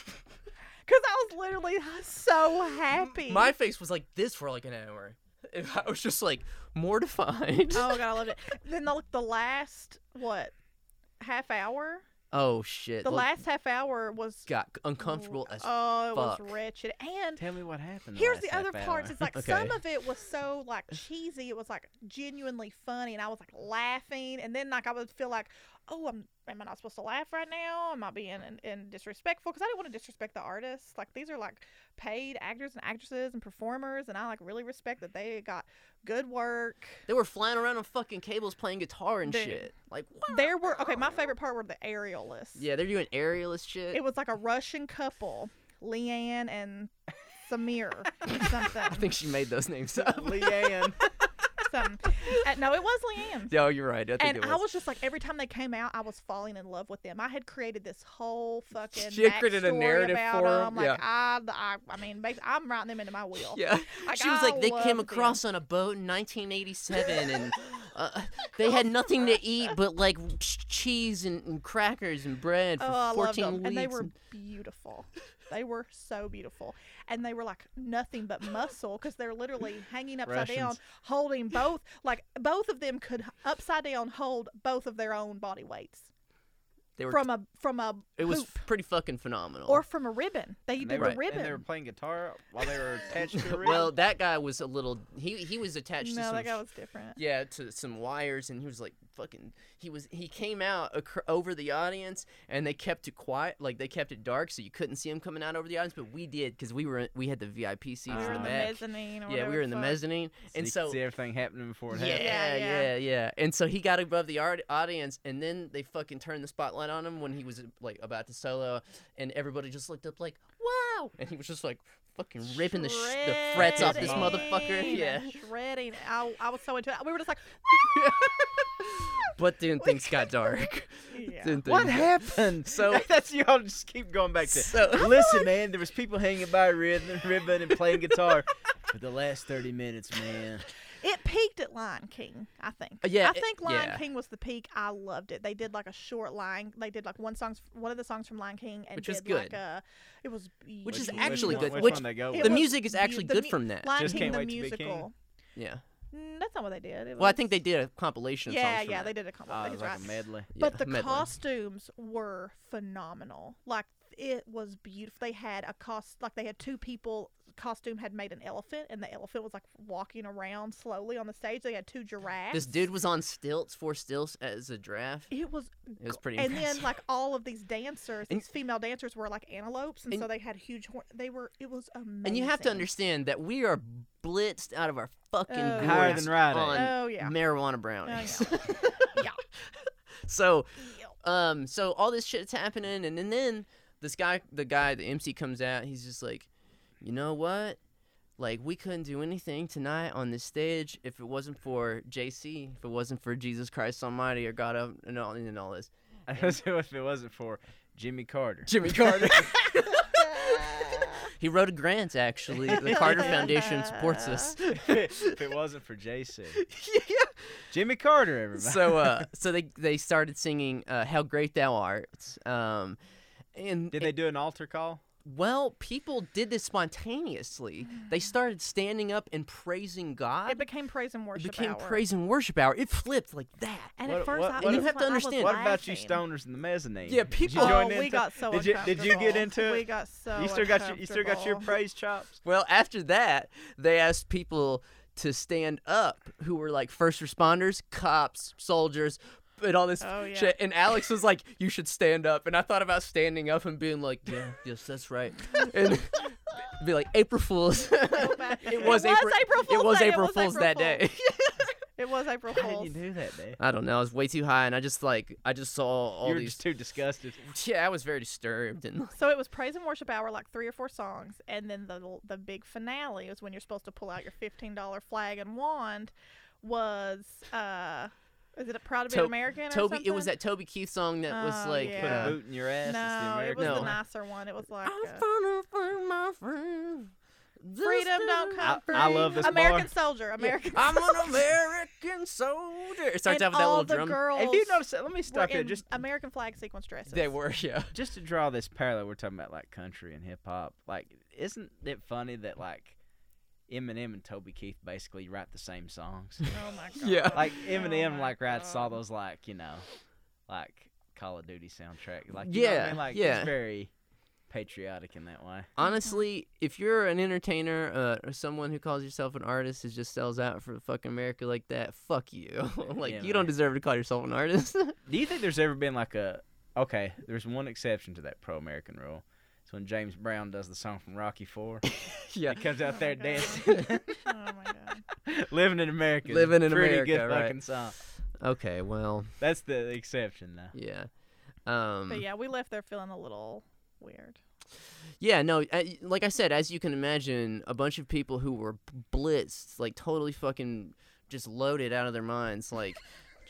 [SPEAKER 3] I was literally so happy.
[SPEAKER 1] My face was like this for like an hour. I was just like mortified.
[SPEAKER 3] oh, God, I loved it. Then, the, the last, what, half hour?
[SPEAKER 1] Oh shit!
[SPEAKER 3] The
[SPEAKER 1] Look,
[SPEAKER 3] last half hour was
[SPEAKER 1] got uncomfortable as
[SPEAKER 3] Oh, it
[SPEAKER 1] fuck.
[SPEAKER 3] was wretched. And
[SPEAKER 2] Tell me what happened.
[SPEAKER 3] Here's
[SPEAKER 2] last
[SPEAKER 3] the other
[SPEAKER 2] half
[SPEAKER 3] parts.
[SPEAKER 2] hour.
[SPEAKER 3] It's like
[SPEAKER 1] Okay.
[SPEAKER 3] some of it was so like cheesy. It was like genuinely funny, and I was like laughing. And then like I would feel like, oh, I'm am I not supposed to laugh right now? Am I being and, and disrespectful? Because I didn't want to disrespect the artists. Like these are like paid actors and actresses and performers, and I like really respect that they got good work.
[SPEAKER 1] They were flying around on fucking cables playing guitar and
[SPEAKER 3] Dude.
[SPEAKER 1] shit. Like what?
[SPEAKER 3] There were okay. My favorite part were the aerialists.
[SPEAKER 1] Yeah, they're doing aerialist shit.
[SPEAKER 3] it was like a Russian couple, Leanne and Samir, or
[SPEAKER 1] I
[SPEAKER 3] something,
[SPEAKER 1] think she made those names up.
[SPEAKER 2] Leanne.
[SPEAKER 3] something. Uh, no, it was Leanne.
[SPEAKER 1] no, you're right. I think
[SPEAKER 3] and
[SPEAKER 1] it was.
[SPEAKER 3] I was just like, every time they came out, I was falling in love with them. I had created this whole fucking
[SPEAKER 1] She had created a
[SPEAKER 3] backstory
[SPEAKER 1] narrative
[SPEAKER 3] about
[SPEAKER 1] for
[SPEAKER 3] them.
[SPEAKER 1] them,
[SPEAKER 3] Like
[SPEAKER 1] yeah.
[SPEAKER 3] I, I, I mean, bas- I'm writing them into my will.
[SPEAKER 1] Yeah.
[SPEAKER 3] Like,
[SPEAKER 1] she was
[SPEAKER 3] I
[SPEAKER 1] like, they
[SPEAKER 3] love
[SPEAKER 1] came
[SPEAKER 3] them.
[SPEAKER 1] across on a boat in 1987 and uh, they had nothing to eat but like ch- cheese and, and crackers and bread for
[SPEAKER 3] Oh, I
[SPEAKER 1] 14
[SPEAKER 3] loved them,
[SPEAKER 1] weeks.
[SPEAKER 3] and they were beautiful. They were so beautiful, and they were like nothing but muscle because they're literally hanging upside down,
[SPEAKER 2] Russians.
[SPEAKER 3] holding both. Like both of them could upside down hold both of their own body weights
[SPEAKER 1] They were-
[SPEAKER 3] from a from a
[SPEAKER 1] it was
[SPEAKER 3] hoop
[SPEAKER 1] pretty fucking phenomenal.
[SPEAKER 3] or from a ribbon. They
[SPEAKER 2] And
[SPEAKER 3] did
[SPEAKER 2] they,
[SPEAKER 3] the
[SPEAKER 2] were,
[SPEAKER 3] ribbon.
[SPEAKER 2] and they were playing guitar while they were attached to a ribbon.
[SPEAKER 1] well, that guy was a little. He he was attached to
[SPEAKER 3] no,
[SPEAKER 1] some
[SPEAKER 3] that guy was different.
[SPEAKER 1] yeah to some wires and he was like fucking he was he came out acr- over the audience and they kept it quiet like they kept it dark so you couldn't see him coming out over the audience but we did because we were we had the vip seats
[SPEAKER 2] We
[SPEAKER 3] We
[SPEAKER 1] in
[SPEAKER 3] were
[SPEAKER 1] the
[SPEAKER 3] in Ah, the
[SPEAKER 1] back
[SPEAKER 3] mezzanine. Or
[SPEAKER 1] yeah we
[SPEAKER 3] whatever
[SPEAKER 1] were
[SPEAKER 3] the
[SPEAKER 1] in the
[SPEAKER 3] fuck.
[SPEAKER 1] mezzanine and
[SPEAKER 2] you
[SPEAKER 1] so
[SPEAKER 2] could see everything happening before it
[SPEAKER 1] yeah,
[SPEAKER 2] happened.
[SPEAKER 1] yeah,
[SPEAKER 3] Yeah,
[SPEAKER 1] yeah, And so he got above the art- audience, and then they fucking turned the spotlight on him when he was like about to solo, and everybody just looked up like, "Wow!" And he was just like fucking ripping the, sh- the frets off this motherfucker.
[SPEAKER 3] Shredding,
[SPEAKER 1] Yeah.
[SPEAKER 3] shredding. I, I was so into it. We were just like,
[SPEAKER 1] But then things got dark.
[SPEAKER 3] yeah.
[SPEAKER 1] Then
[SPEAKER 2] What
[SPEAKER 1] things-
[SPEAKER 2] happened?
[SPEAKER 1] So-
[SPEAKER 2] that's you all just keep going back to.
[SPEAKER 1] So-
[SPEAKER 2] Listen, man, there was people hanging by a ribbon, ribbon and playing guitar for the last thirty minutes, man.
[SPEAKER 3] it peaked at Lion King. I think.
[SPEAKER 1] Uh, yeah,
[SPEAKER 3] I
[SPEAKER 1] it-
[SPEAKER 3] think Lion
[SPEAKER 1] yeah.
[SPEAKER 3] King was the peak. I loved it. They did like a short line. They did like one songs, one of the songs from Lion King, and
[SPEAKER 1] Which
[SPEAKER 3] did
[SPEAKER 1] was
[SPEAKER 3] like
[SPEAKER 1] good.
[SPEAKER 3] a. It was.
[SPEAKER 1] Which is
[SPEAKER 3] beautiful.
[SPEAKER 1] actually
[SPEAKER 2] one-
[SPEAKER 1] good,
[SPEAKER 2] Which,
[SPEAKER 1] which-
[SPEAKER 2] one they go
[SPEAKER 3] It
[SPEAKER 1] the
[SPEAKER 2] with?
[SPEAKER 3] was
[SPEAKER 1] music is
[SPEAKER 3] beau-
[SPEAKER 1] actually
[SPEAKER 3] the
[SPEAKER 1] good
[SPEAKER 3] mu-
[SPEAKER 1] from that.
[SPEAKER 3] Lion
[SPEAKER 2] Just
[SPEAKER 3] King
[SPEAKER 2] Can't
[SPEAKER 3] the
[SPEAKER 2] Wait to Be King.
[SPEAKER 3] musical.
[SPEAKER 1] yeah.
[SPEAKER 3] Mm, That's not what they did. It
[SPEAKER 1] Well, I
[SPEAKER 3] was-
[SPEAKER 1] think they did a compilation. Of
[SPEAKER 3] Yeah,
[SPEAKER 1] songs from
[SPEAKER 3] yeah,
[SPEAKER 1] that.
[SPEAKER 3] they did a couple.
[SPEAKER 2] Oh, it was
[SPEAKER 3] he's
[SPEAKER 2] like
[SPEAKER 3] right.
[SPEAKER 2] a medley.
[SPEAKER 1] Yeah,
[SPEAKER 3] but the
[SPEAKER 1] medley.
[SPEAKER 3] costumes were phenomenal. Like it was beautiful. They had a cost like they had two people costume had made an elephant and the elephant was like walking around slowly on the stage. They had two giraffes.
[SPEAKER 1] This dude was on stilts, four stilts as a giraffe.
[SPEAKER 3] it was
[SPEAKER 1] It was pretty
[SPEAKER 3] and
[SPEAKER 1] impressive.
[SPEAKER 3] then like all of these dancers,
[SPEAKER 1] And-
[SPEAKER 3] these female dancers were like antelopes and,
[SPEAKER 1] and-
[SPEAKER 3] so they had huge horn they were it was amazing.
[SPEAKER 1] And you have to understand that we are blitzed out of our fucking
[SPEAKER 3] Oh,
[SPEAKER 1] gourds
[SPEAKER 2] Higher than Rite Aid.
[SPEAKER 1] on
[SPEAKER 3] Oh yeah.
[SPEAKER 1] marijuana
[SPEAKER 3] Oh,
[SPEAKER 1] brownies.
[SPEAKER 3] yeah. yeah.
[SPEAKER 1] so,
[SPEAKER 3] Yeah.
[SPEAKER 1] um, so all this shit's happening, and, and then this guy, the guy, the MC comes out. He's just like, you know what? Like we couldn't do anything tonight on this stage if it wasn't for JC, if it wasn't for Jesus Christ Almighty or God of and all and all this.
[SPEAKER 2] I don't know if it wasn't for Jimmy Carter.
[SPEAKER 1] Jimmy Carter. he wrote a grant actually. The Carter Foundation supports us.
[SPEAKER 2] if it wasn't for JC, Jimmy Carter, everybody.
[SPEAKER 1] so uh so they they started singing uh how great thou art um and
[SPEAKER 2] Did they do an altar call?
[SPEAKER 1] well people did this spontaneously they started standing up and praising god
[SPEAKER 3] It became praise and
[SPEAKER 1] Mm-hmm. It
[SPEAKER 3] worship.
[SPEAKER 1] became
[SPEAKER 3] hour.
[SPEAKER 1] praise and worship hour it flipped like that
[SPEAKER 3] And
[SPEAKER 2] What-
[SPEAKER 3] at first,
[SPEAKER 2] what-
[SPEAKER 3] I,
[SPEAKER 2] what
[SPEAKER 3] it
[SPEAKER 2] if-
[SPEAKER 3] was
[SPEAKER 1] You have to
[SPEAKER 3] like- I was
[SPEAKER 1] understand-
[SPEAKER 2] What about you
[SPEAKER 3] laughing.
[SPEAKER 2] stoners in the mezzanine?
[SPEAKER 1] Yeah,
[SPEAKER 2] Did
[SPEAKER 1] people-
[SPEAKER 2] You join
[SPEAKER 3] oh, we
[SPEAKER 2] into-
[SPEAKER 3] got so
[SPEAKER 2] did you, did you get
[SPEAKER 3] uncomfortable.
[SPEAKER 2] into it?
[SPEAKER 3] We got so.
[SPEAKER 2] you still got your you still got your
[SPEAKER 3] uncomfortable.
[SPEAKER 2] praise chops.
[SPEAKER 1] well after that they asked people to stand up who were like first responders cops soldiers and all this
[SPEAKER 3] Oh, yeah.
[SPEAKER 1] shit and alex was like you should stand up and i thought about standing up and being like yeah yes that's right and be like april fools
[SPEAKER 3] It
[SPEAKER 1] It was, April, It was
[SPEAKER 3] Day,
[SPEAKER 1] April Fools that
[SPEAKER 3] April
[SPEAKER 1] day.
[SPEAKER 3] It was April
[SPEAKER 2] How did
[SPEAKER 3] Fool's.
[SPEAKER 2] you do that, Dad?
[SPEAKER 1] I don't know. I was way too high, and I just like I just saw all
[SPEAKER 2] you were
[SPEAKER 1] these.
[SPEAKER 2] just too disgusted.
[SPEAKER 1] Yeah, I was very disturbed, and
[SPEAKER 3] So it was praise and worship hour, like three or four songs, and then the the big finale is when you're supposed to pull out your fifteen dollar flag and wand. Was uh, is it a proud to be
[SPEAKER 1] To-
[SPEAKER 3] an American? Or
[SPEAKER 1] Toby. It was
[SPEAKER 3] something?
[SPEAKER 1] that Toby Keith song that was
[SPEAKER 3] Oh,
[SPEAKER 1] like.
[SPEAKER 2] Put
[SPEAKER 3] Yeah.
[SPEAKER 2] a
[SPEAKER 1] Uh,
[SPEAKER 2] boot in your ass. is
[SPEAKER 3] No,
[SPEAKER 2] the
[SPEAKER 3] it was
[SPEAKER 2] American
[SPEAKER 1] No.
[SPEAKER 3] the
[SPEAKER 2] way.
[SPEAKER 3] nicer one. It was like
[SPEAKER 1] I'm
[SPEAKER 3] uh,
[SPEAKER 1] gonna find my friend. Just
[SPEAKER 3] freedom
[SPEAKER 1] to-
[SPEAKER 3] don't come
[SPEAKER 2] I-
[SPEAKER 3] free.
[SPEAKER 2] I love this
[SPEAKER 3] American
[SPEAKER 2] bar.
[SPEAKER 3] soldier.
[SPEAKER 1] Yeah.
[SPEAKER 3] American.
[SPEAKER 1] I'm
[SPEAKER 3] soldier.
[SPEAKER 1] an American soldier. It starts
[SPEAKER 3] and
[SPEAKER 1] out with that
[SPEAKER 3] all
[SPEAKER 1] little
[SPEAKER 3] the
[SPEAKER 1] drum.
[SPEAKER 3] girls.
[SPEAKER 2] Have you noticed that? Let me
[SPEAKER 3] were
[SPEAKER 2] stop you.
[SPEAKER 3] in
[SPEAKER 2] Just
[SPEAKER 3] American flag sequence dresses.
[SPEAKER 1] They were, yeah.
[SPEAKER 2] just to draw this parallel, we're talking about like country and hip hop. Like, isn't it funny that like Eminem and Toby Keith basically write the same songs?
[SPEAKER 3] Oh my god.
[SPEAKER 1] Yeah.
[SPEAKER 2] like
[SPEAKER 3] Oh
[SPEAKER 2] Eminem,
[SPEAKER 3] my
[SPEAKER 2] like writes all
[SPEAKER 3] God.
[SPEAKER 2] those like you know, like Call of Duty soundtrack. Like you know what I
[SPEAKER 1] Yeah,
[SPEAKER 2] mean? like
[SPEAKER 1] yeah.
[SPEAKER 2] he's very patriotic in that way.
[SPEAKER 1] Honestly, if you're an entertainer uh, or someone who calls yourself an artist who just sells out for fucking America like that, fuck you. like,
[SPEAKER 2] Yeah,
[SPEAKER 1] you don't
[SPEAKER 2] man.
[SPEAKER 1] deserve to call yourself an artist.
[SPEAKER 2] Do you think there's ever been like a okay? There's one exception to that pro American rule. It's when James Brown does the song from Rocky Four.
[SPEAKER 1] yeah.
[SPEAKER 2] He comes
[SPEAKER 3] Oh
[SPEAKER 2] out there
[SPEAKER 3] my
[SPEAKER 2] dancing,
[SPEAKER 3] Oh my god.
[SPEAKER 2] living in America. is a
[SPEAKER 1] Living in
[SPEAKER 2] pretty
[SPEAKER 1] America,
[SPEAKER 2] good
[SPEAKER 1] right.
[SPEAKER 2] fucking song.
[SPEAKER 1] Okay, well,
[SPEAKER 2] That's the exception, though.
[SPEAKER 1] yeah. Um,
[SPEAKER 3] But yeah, we left there feeling a little weird.
[SPEAKER 1] Yeah, no, I, like I said, as you can imagine, a bunch of people who were blitzed, like totally fucking just loaded out of their minds, like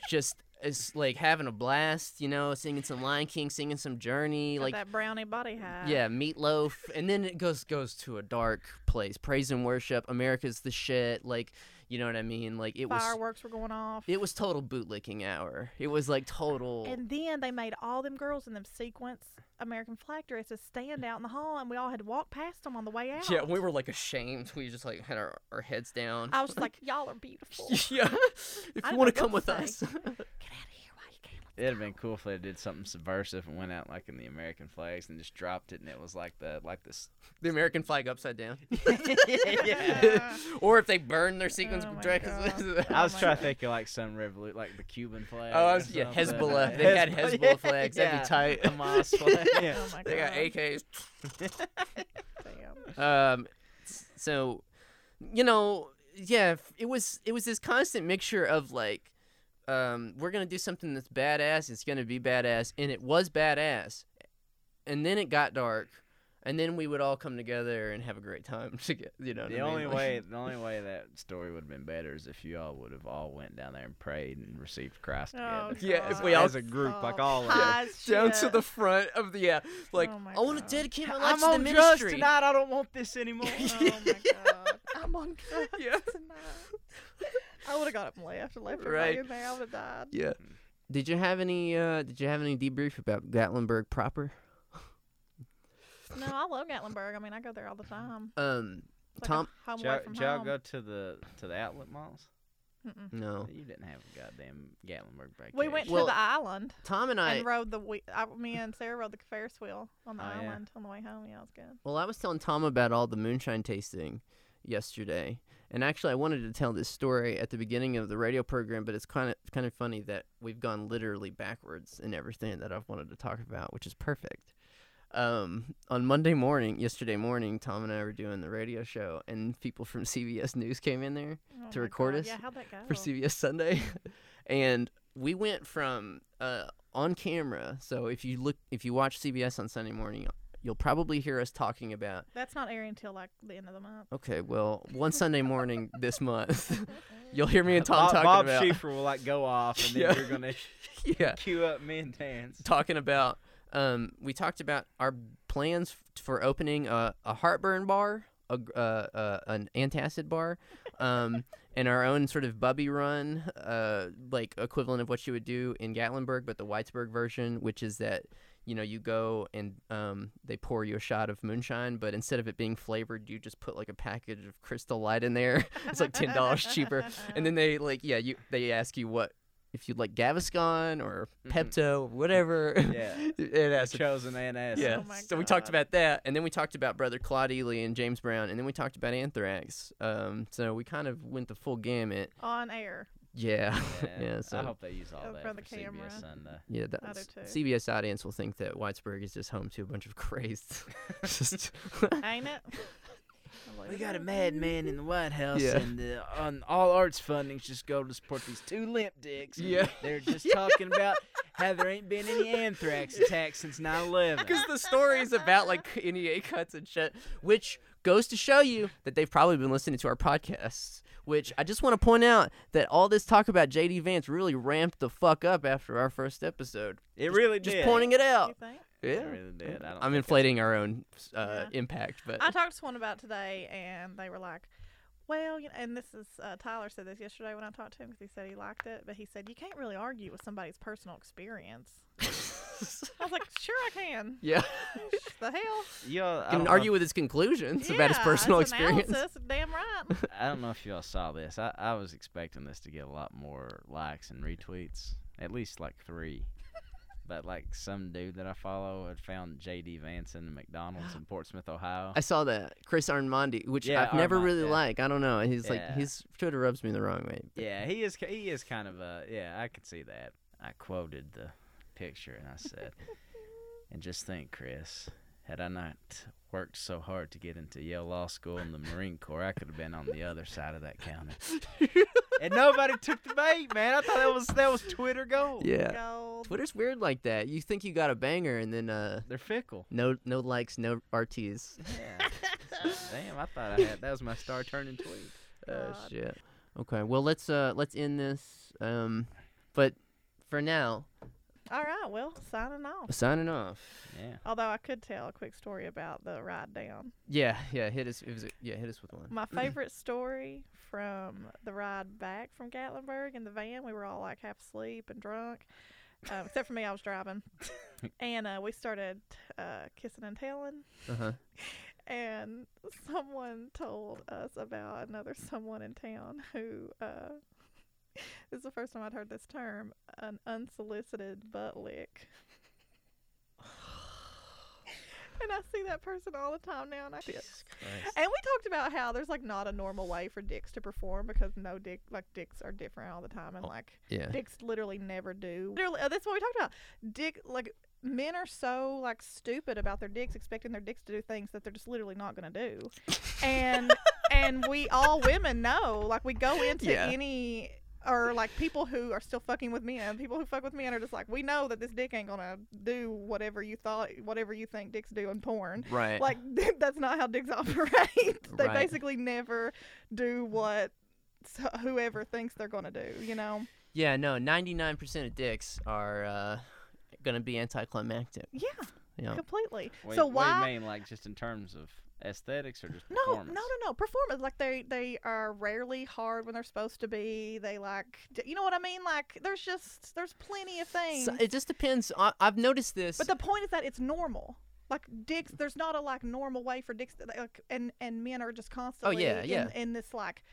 [SPEAKER 1] just as like having a blast, you know, singing some Lion King, singing some Journey,
[SPEAKER 3] Got
[SPEAKER 1] like
[SPEAKER 3] that brownie body high.
[SPEAKER 1] yeah, meatloaf, and then it goes goes to a dark place. Praise and worship, America's the shit, like you know what I mean? Like it was
[SPEAKER 3] Fireworks were going off.
[SPEAKER 1] it was total bootlicking hour. It was like total
[SPEAKER 3] And then they made all them girls in them sequence American flag dresses stand out in the hall, and we all had to walk past them on the way out.
[SPEAKER 1] yeah, we were like ashamed. We just like had our, our heads down.
[SPEAKER 3] I was just like, y'all are beautiful. Get
[SPEAKER 1] yeah. If
[SPEAKER 3] I
[SPEAKER 1] you
[SPEAKER 3] don't
[SPEAKER 1] want to
[SPEAKER 3] know
[SPEAKER 1] come
[SPEAKER 3] what
[SPEAKER 1] with
[SPEAKER 3] to
[SPEAKER 1] us.
[SPEAKER 3] say. out of here while you can.
[SPEAKER 2] It'd have been cool if they did something subversive and went out like in the American flags and just dropped it, and it was like the like this.
[SPEAKER 1] the American flag upside down.
[SPEAKER 3] Yeah.
[SPEAKER 1] or if they burn their sequence
[SPEAKER 3] Oh my
[SPEAKER 1] dresses.
[SPEAKER 3] God.
[SPEAKER 2] I was
[SPEAKER 3] my
[SPEAKER 2] trying
[SPEAKER 3] God.
[SPEAKER 2] to think of like some revolution, like the Cuban flag.
[SPEAKER 1] Oh, I
[SPEAKER 2] or
[SPEAKER 1] was, yeah,
[SPEAKER 2] something.
[SPEAKER 1] Hezbollah. They had
[SPEAKER 2] Hezbo-
[SPEAKER 1] Hezbollah
[SPEAKER 2] yeah,
[SPEAKER 1] flags. That'd
[SPEAKER 2] yeah.
[SPEAKER 1] be tight.
[SPEAKER 2] Hamas flag. Yeah.
[SPEAKER 3] Oh my god.
[SPEAKER 1] They got AKs.
[SPEAKER 3] Damn.
[SPEAKER 1] Um, s- so, you know, yeah, f- it was it was this constant mixture of like, um, we're gonna do something that's badass. It's gonna be badass, and it was badass. And then it got dark, and then we would all come together and have a great time together. You know, what
[SPEAKER 2] The
[SPEAKER 1] I mean?
[SPEAKER 2] only
[SPEAKER 1] Like-
[SPEAKER 2] way, the only way that story would have been better is if you all would have all went down there and prayed and received Christ
[SPEAKER 3] Oh,
[SPEAKER 2] together.
[SPEAKER 1] Yeah, if
[SPEAKER 3] God.
[SPEAKER 1] we all-
[SPEAKER 2] as a group, like
[SPEAKER 3] Stop.
[SPEAKER 2] all of
[SPEAKER 3] High
[SPEAKER 2] us.
[SPEAKER 3] as
[SPEAKER 1] down to
[SPEAKER 3] shit.
[SPEAKER 1] the front of the yeah, like
[SPEAKER 3] Oh my
[SPEAKER 1] I want
[SPEAKER 3] God.
[SPEAKER 1] to dedicate my life
[SPEAKER 2] I'm
[SPEAKER 1] to the
[SPEAKER 2] on drugs
[SPEAKER 1] ministry.
[SPEAKER 2] tonight. I don't want this anymore.
[SPEAKER 3] Oh my god. I'm on drugs
[SPEAKER 1] Yeah.
[SPEAKER 3] tonight. I would have got up and left and left
[SPEAKER 1] Right.
[SPEAKER 3] everybody in there. I would have died.
[SPEAKER 1] Yeah. Did you have any? Uh, did you have any debrief about Gatlinburg proper?
[SPEAKER 3] No, I love Gatlinburg. I mean, I go there all the time.
[SPEAKER 1] Um,
[SPEAKER 3] It's like
[SPEAKER 1] Tom-
[SPEAKER 3] a home
[SPEAKER 2] Did y'all,
[SPEAKER 3] away from
[SPEAKER 2] did y'all
[SPEAKER 3] home.
[SPEAKER 2] go to the to the outlet malls?
[SPEAKER 3] Mm-mm.
[SPEAKER 1] no.
[SPEAKER 2] You didn't have a goddamn Gatlinburg vacation.
[SPEAKER 3] Oh. We went
[SPEAKER 1] Well,
[SPEAKER 3] to the island.
[SPEAKER 1] Tom and I.
[SPEAKER 3] and rode the we- I, me and Sarah rode the Ferris wheel on the
[SPEAKER 2] Oh, yeah.
[SPEAKER 3] island on the way home. Yeah, it was good.
[SPEAKER 1] Well, I was telling Tom about all the moonshine tasting yesterday, and actually, I wanted to tell this story at the beginning of the radio program, but it's kind of kind of funny that we've gone literally backwards in everything that I've wanted to talk about, which is perfect. Um, on Monday morning, yesterday morning, Tom and I were doing the radio show, and people from CBS News came in there
[SPEAKER 3] Oh
[SPEAKER 1] To
[SPEAKER 3] my
[SPEAKER 1] record
[SPEAKER 3] God.
[SPEAKER 1] us
[SPEAKER 3] Yeah, how'd that go?
[SPEAKER 1] for CBS Sunday, and we went from uh, on camera. So if you look, if you watch CBS on Sunday morning, you'll probably hear us talking about
[SPEAKER 3] That's not airing until like the end of the month.
[SPEAKER 1] Okay, well, one Sunday morning this month, you'll hear me and Tom
[SPEAKER 2] Bob,
[SPEAKER 1] talking
[SPEAKER 2] Bob
[SPEAKER 1] about
[SPEAKER 2] Schieffer will like go off, and then
[SPEAKER 1] Yeah.
[SPEAKER 2] you're gonna
[SPEAKER 1] yeah,
[SPEAKER 2] queue up me and dance.
[SPEAKER 1] talking about um, we talked about our plans f- for opening a, a heartburn bar, a gr- uh, uh, an antacid bar, um, and our own sort of bubby run, uh, like equivalent of what you would do in Gatlinburg, but the Whitesburg version, which is that you know you go and um, they pour you a shot of moonshine, but instead of it being flavored, you just put like a package of Crystal Light in there. it's like ten dollars cheaper. And then they like, yeah, you they ask you what if you'd like Gaviscon or
[SPEAKER 2] Mhm.
[SPEAKER 1] Pepto or whatever.
[SPEAKER 2] Yeah.
[SPEAKER 1] it asks.
[SPEAKER 2] Chosen and ass.
[SPEAKER 1] Yeah.
[SPEAKER 3] my
[SPEAKER 1] so we talked
[SPEAKER 3] God.
[SPEAKER 1] about that, and then we talked about Brother Claude Ely and James Brown, and then we talked about Anthrax. Um, so we kind of went the full gamut.
[SPEAKER 3] on air.
[SPEAKER 1] Yeah.
[SPEAKER 2] Yeah.
[SPEAKER 1] Yeah. so.
[SPEAKER 2] I hope they use all
[SPEAKER 3] Over
[SPEAKER 2] that
[SPEAKER 3] on
[SPEAKER 2] for
[SPEAKER 3] the camera.
[SPEAKER 2] CBS Sunday.
[SPEAKER 1] yeah,
[SPEAKER 3] I do
[SPEAKER 1] that's,
[SPEAKER 3] too.
[SPEAKER 1] CBS audience will think that Whitesburg is just home to a bunch of crazed. just
[SPEAKER 3] Ain't it?
[SPEAKER 2] We got a madman in the White House,
[SPEAKER 1] Yeah.
[SPEAKER 2] and uh, on all arts fundings just go to support these two limp dicks. and
[SPEAKER 1] Yeah.
[SPEAKER 2] they're just talking about how there ain't been any anthrax attacks since 9/11.
[SPEAKER 1] Because the story's about like NEA cuts and shit, which goes to show you that they've probably been listening to our podcasts. Which I just want to point out that all this talk about JD Vance really ramped the fuck up after our first episode.
[SPEAKER 2] It really
[SPEAKER 1] Just
[SPEAKER 2] did.
[SPEAKER 1] pointing it
[SPEAKER 3] You
[SPEAKER 1] out.
[SPEAKER 3] think?
[SPEAKER 1] Yeah.
[SPEAKER 2] It really did. I don't
[SPEAKER 1] I'm inflating our own uh,
[SPEAKER 3] Yeah.
[SPEAKER 1] impact, but
[SPEAKER 3] I talked to someone about today, and they were like, "Well, you know," and this is uh, Tyler said this yesterday when I talked to him because he said he liked it, but he said you can't really argue with somebody's personal experience. I was like, "Sure, I can."
[SPEAKER 1] yeah,
[SPEAKER 3] the hell?
[SPEAKER 2] y'all I don't
[SPEAKER 1] can
[SPEAKER 2] know
[SPEAKER 1] argue with his conclusions about his
[SPEAKER 3] Yeah,
[SPEAKER 1] personal
[SPEAKER 3] it's
[SPEAKER 1] experience.
[SPEAKER 3] analysis, Damn right.
[SPEAKER 2] if- I don't know if y'all saw this. I, I was expecting this to get a lot more likes and retweets, at least like three. But like some dude that I follow had found J.D. Vance in a McDonald's in Portsmouth, Ohio.
[SPEAKER 1] I saw that Chris Armandi, which
[SPEAKER 2] Yeah,
[SPEAKER 1] I've never
[SPEAKER 2] Armand,
[SPEAKER 1] really
[SPEAKER 2] yeah.
[SPEAKER 1] liked. I don't know. He's like
[SPEAKER 2] Yeah.
[SPEAKER 1] his Twitter rubs me the wrong way.
[SPEAKER 2] Yeah, he is. ki- He is kind of a. Yeah, I could see that. I quoted the picture and I said, and just think, Chris, had I not worked so hard to get into Yale Law School and the Marine Corps, I could have been on the other side of that counter. and nobody took the bait, man. I thought that was that was Twitter gold.
[SPEAKER 1] Yeah,
[SPEAKER 3] Gold.
[SPEAKER 1] Twitter's weird like that. You think you got a banger, and then uh,
[SPEAKER 2] They're fickle.
[SPEAKER 1] no no likes, no RTs.
[SPEAKER 2] Yeah. Damn, I thought I had that was my star turning tweet.
[SPEAKER 1] Oh
[SPEAKER 3] God.
[SPEAKER 1] shit. Okay, well let's uh let's end this. Um, but for now,
[SPEAKER 3] All right. Well, signing off.
[SPEAKER 1] signing off.
[SPEAKER 2] Yeah.
[SPEAKER 3] Although I could tell a quick story about the ride down.
[SPEAKER 1] Yeah, yeah. Hit us. It was a, yeah. Hit us with one.
[SPEAKER 3] My favorite story from the ride back from Gatlinburg in the van. We were all like half asleep and drunk, um, except for me. I was driving, and uh, we started uh, kissing and telling.
[SPEAKER 1] Uh huh.
[SPEAKER 3] And someone told us about another someone in town who. Uh, this is the first time I'd heard this term, an unsolicited butt lick. and I see that person all the time now, and I and we talked about how there's like not a normal way for dicks to perform because no dick like dicks are different all the time and like
[SPEAKER 1] Yeah.
[SPEAKER 3] dicks literally never do. Literally, uh, that's what we talked about. Dick like men are so like stupid about their dicks, expecting their dicks to do things that they're just literally not gonna do. and and we all women know like we go into
[SPEAKER 1] Yeah.
[SPEAKER 3] any or like people who are still fucking with men, people who fuck with men are just like we know that this dick ain't gonna do whatever you thought, whatever you think dicks do in porn
[SPEAKER 1] Right.
[SPEAKER 3] like that's not how dicks operate they
[SPEAKER 1] Eh. Right.
[SPEAKER 3] basically never do what so whoever thinks they're gonna do you know
[SPEAKER 1] Yeah, no, 99% of dicks are uh, going to be anticlimactic.
[SPEAKER 3] yeah
[SPEAKER 1] You know?
[SPEAKER 3] completely
[SPEAKER 2] What,
[SPEAKER 3] so
[SPEAKER 2] what
[SPEAKER 3] why
[SPEAKER 2] do you mean, like just in terms of aesthetics or just
[SPEAKER 3] no no
[SPEAKER 2] performance?
[SPEAKER 3] no no performance like they they are rarely hard when they're supposed to be they like d- you know what i mean like there's just there's plenty of things
[SPEAKER 1] So it just depends. I, I've noticed this.
[SPEAKER 3] but the point is that it's normal like dicks
[SPEAKER 2] Mm.
[SPEAKER 3] there's not a like normal way for dicks to- like and and men are just
[SPEAKER 2] Oh,
[SPEAKER 3] constantly
[SPEAKER 1] yeah,
[SPEAKER 3] in,
[SPEAKER 1] yeah.
[SPEAKER 3] in this like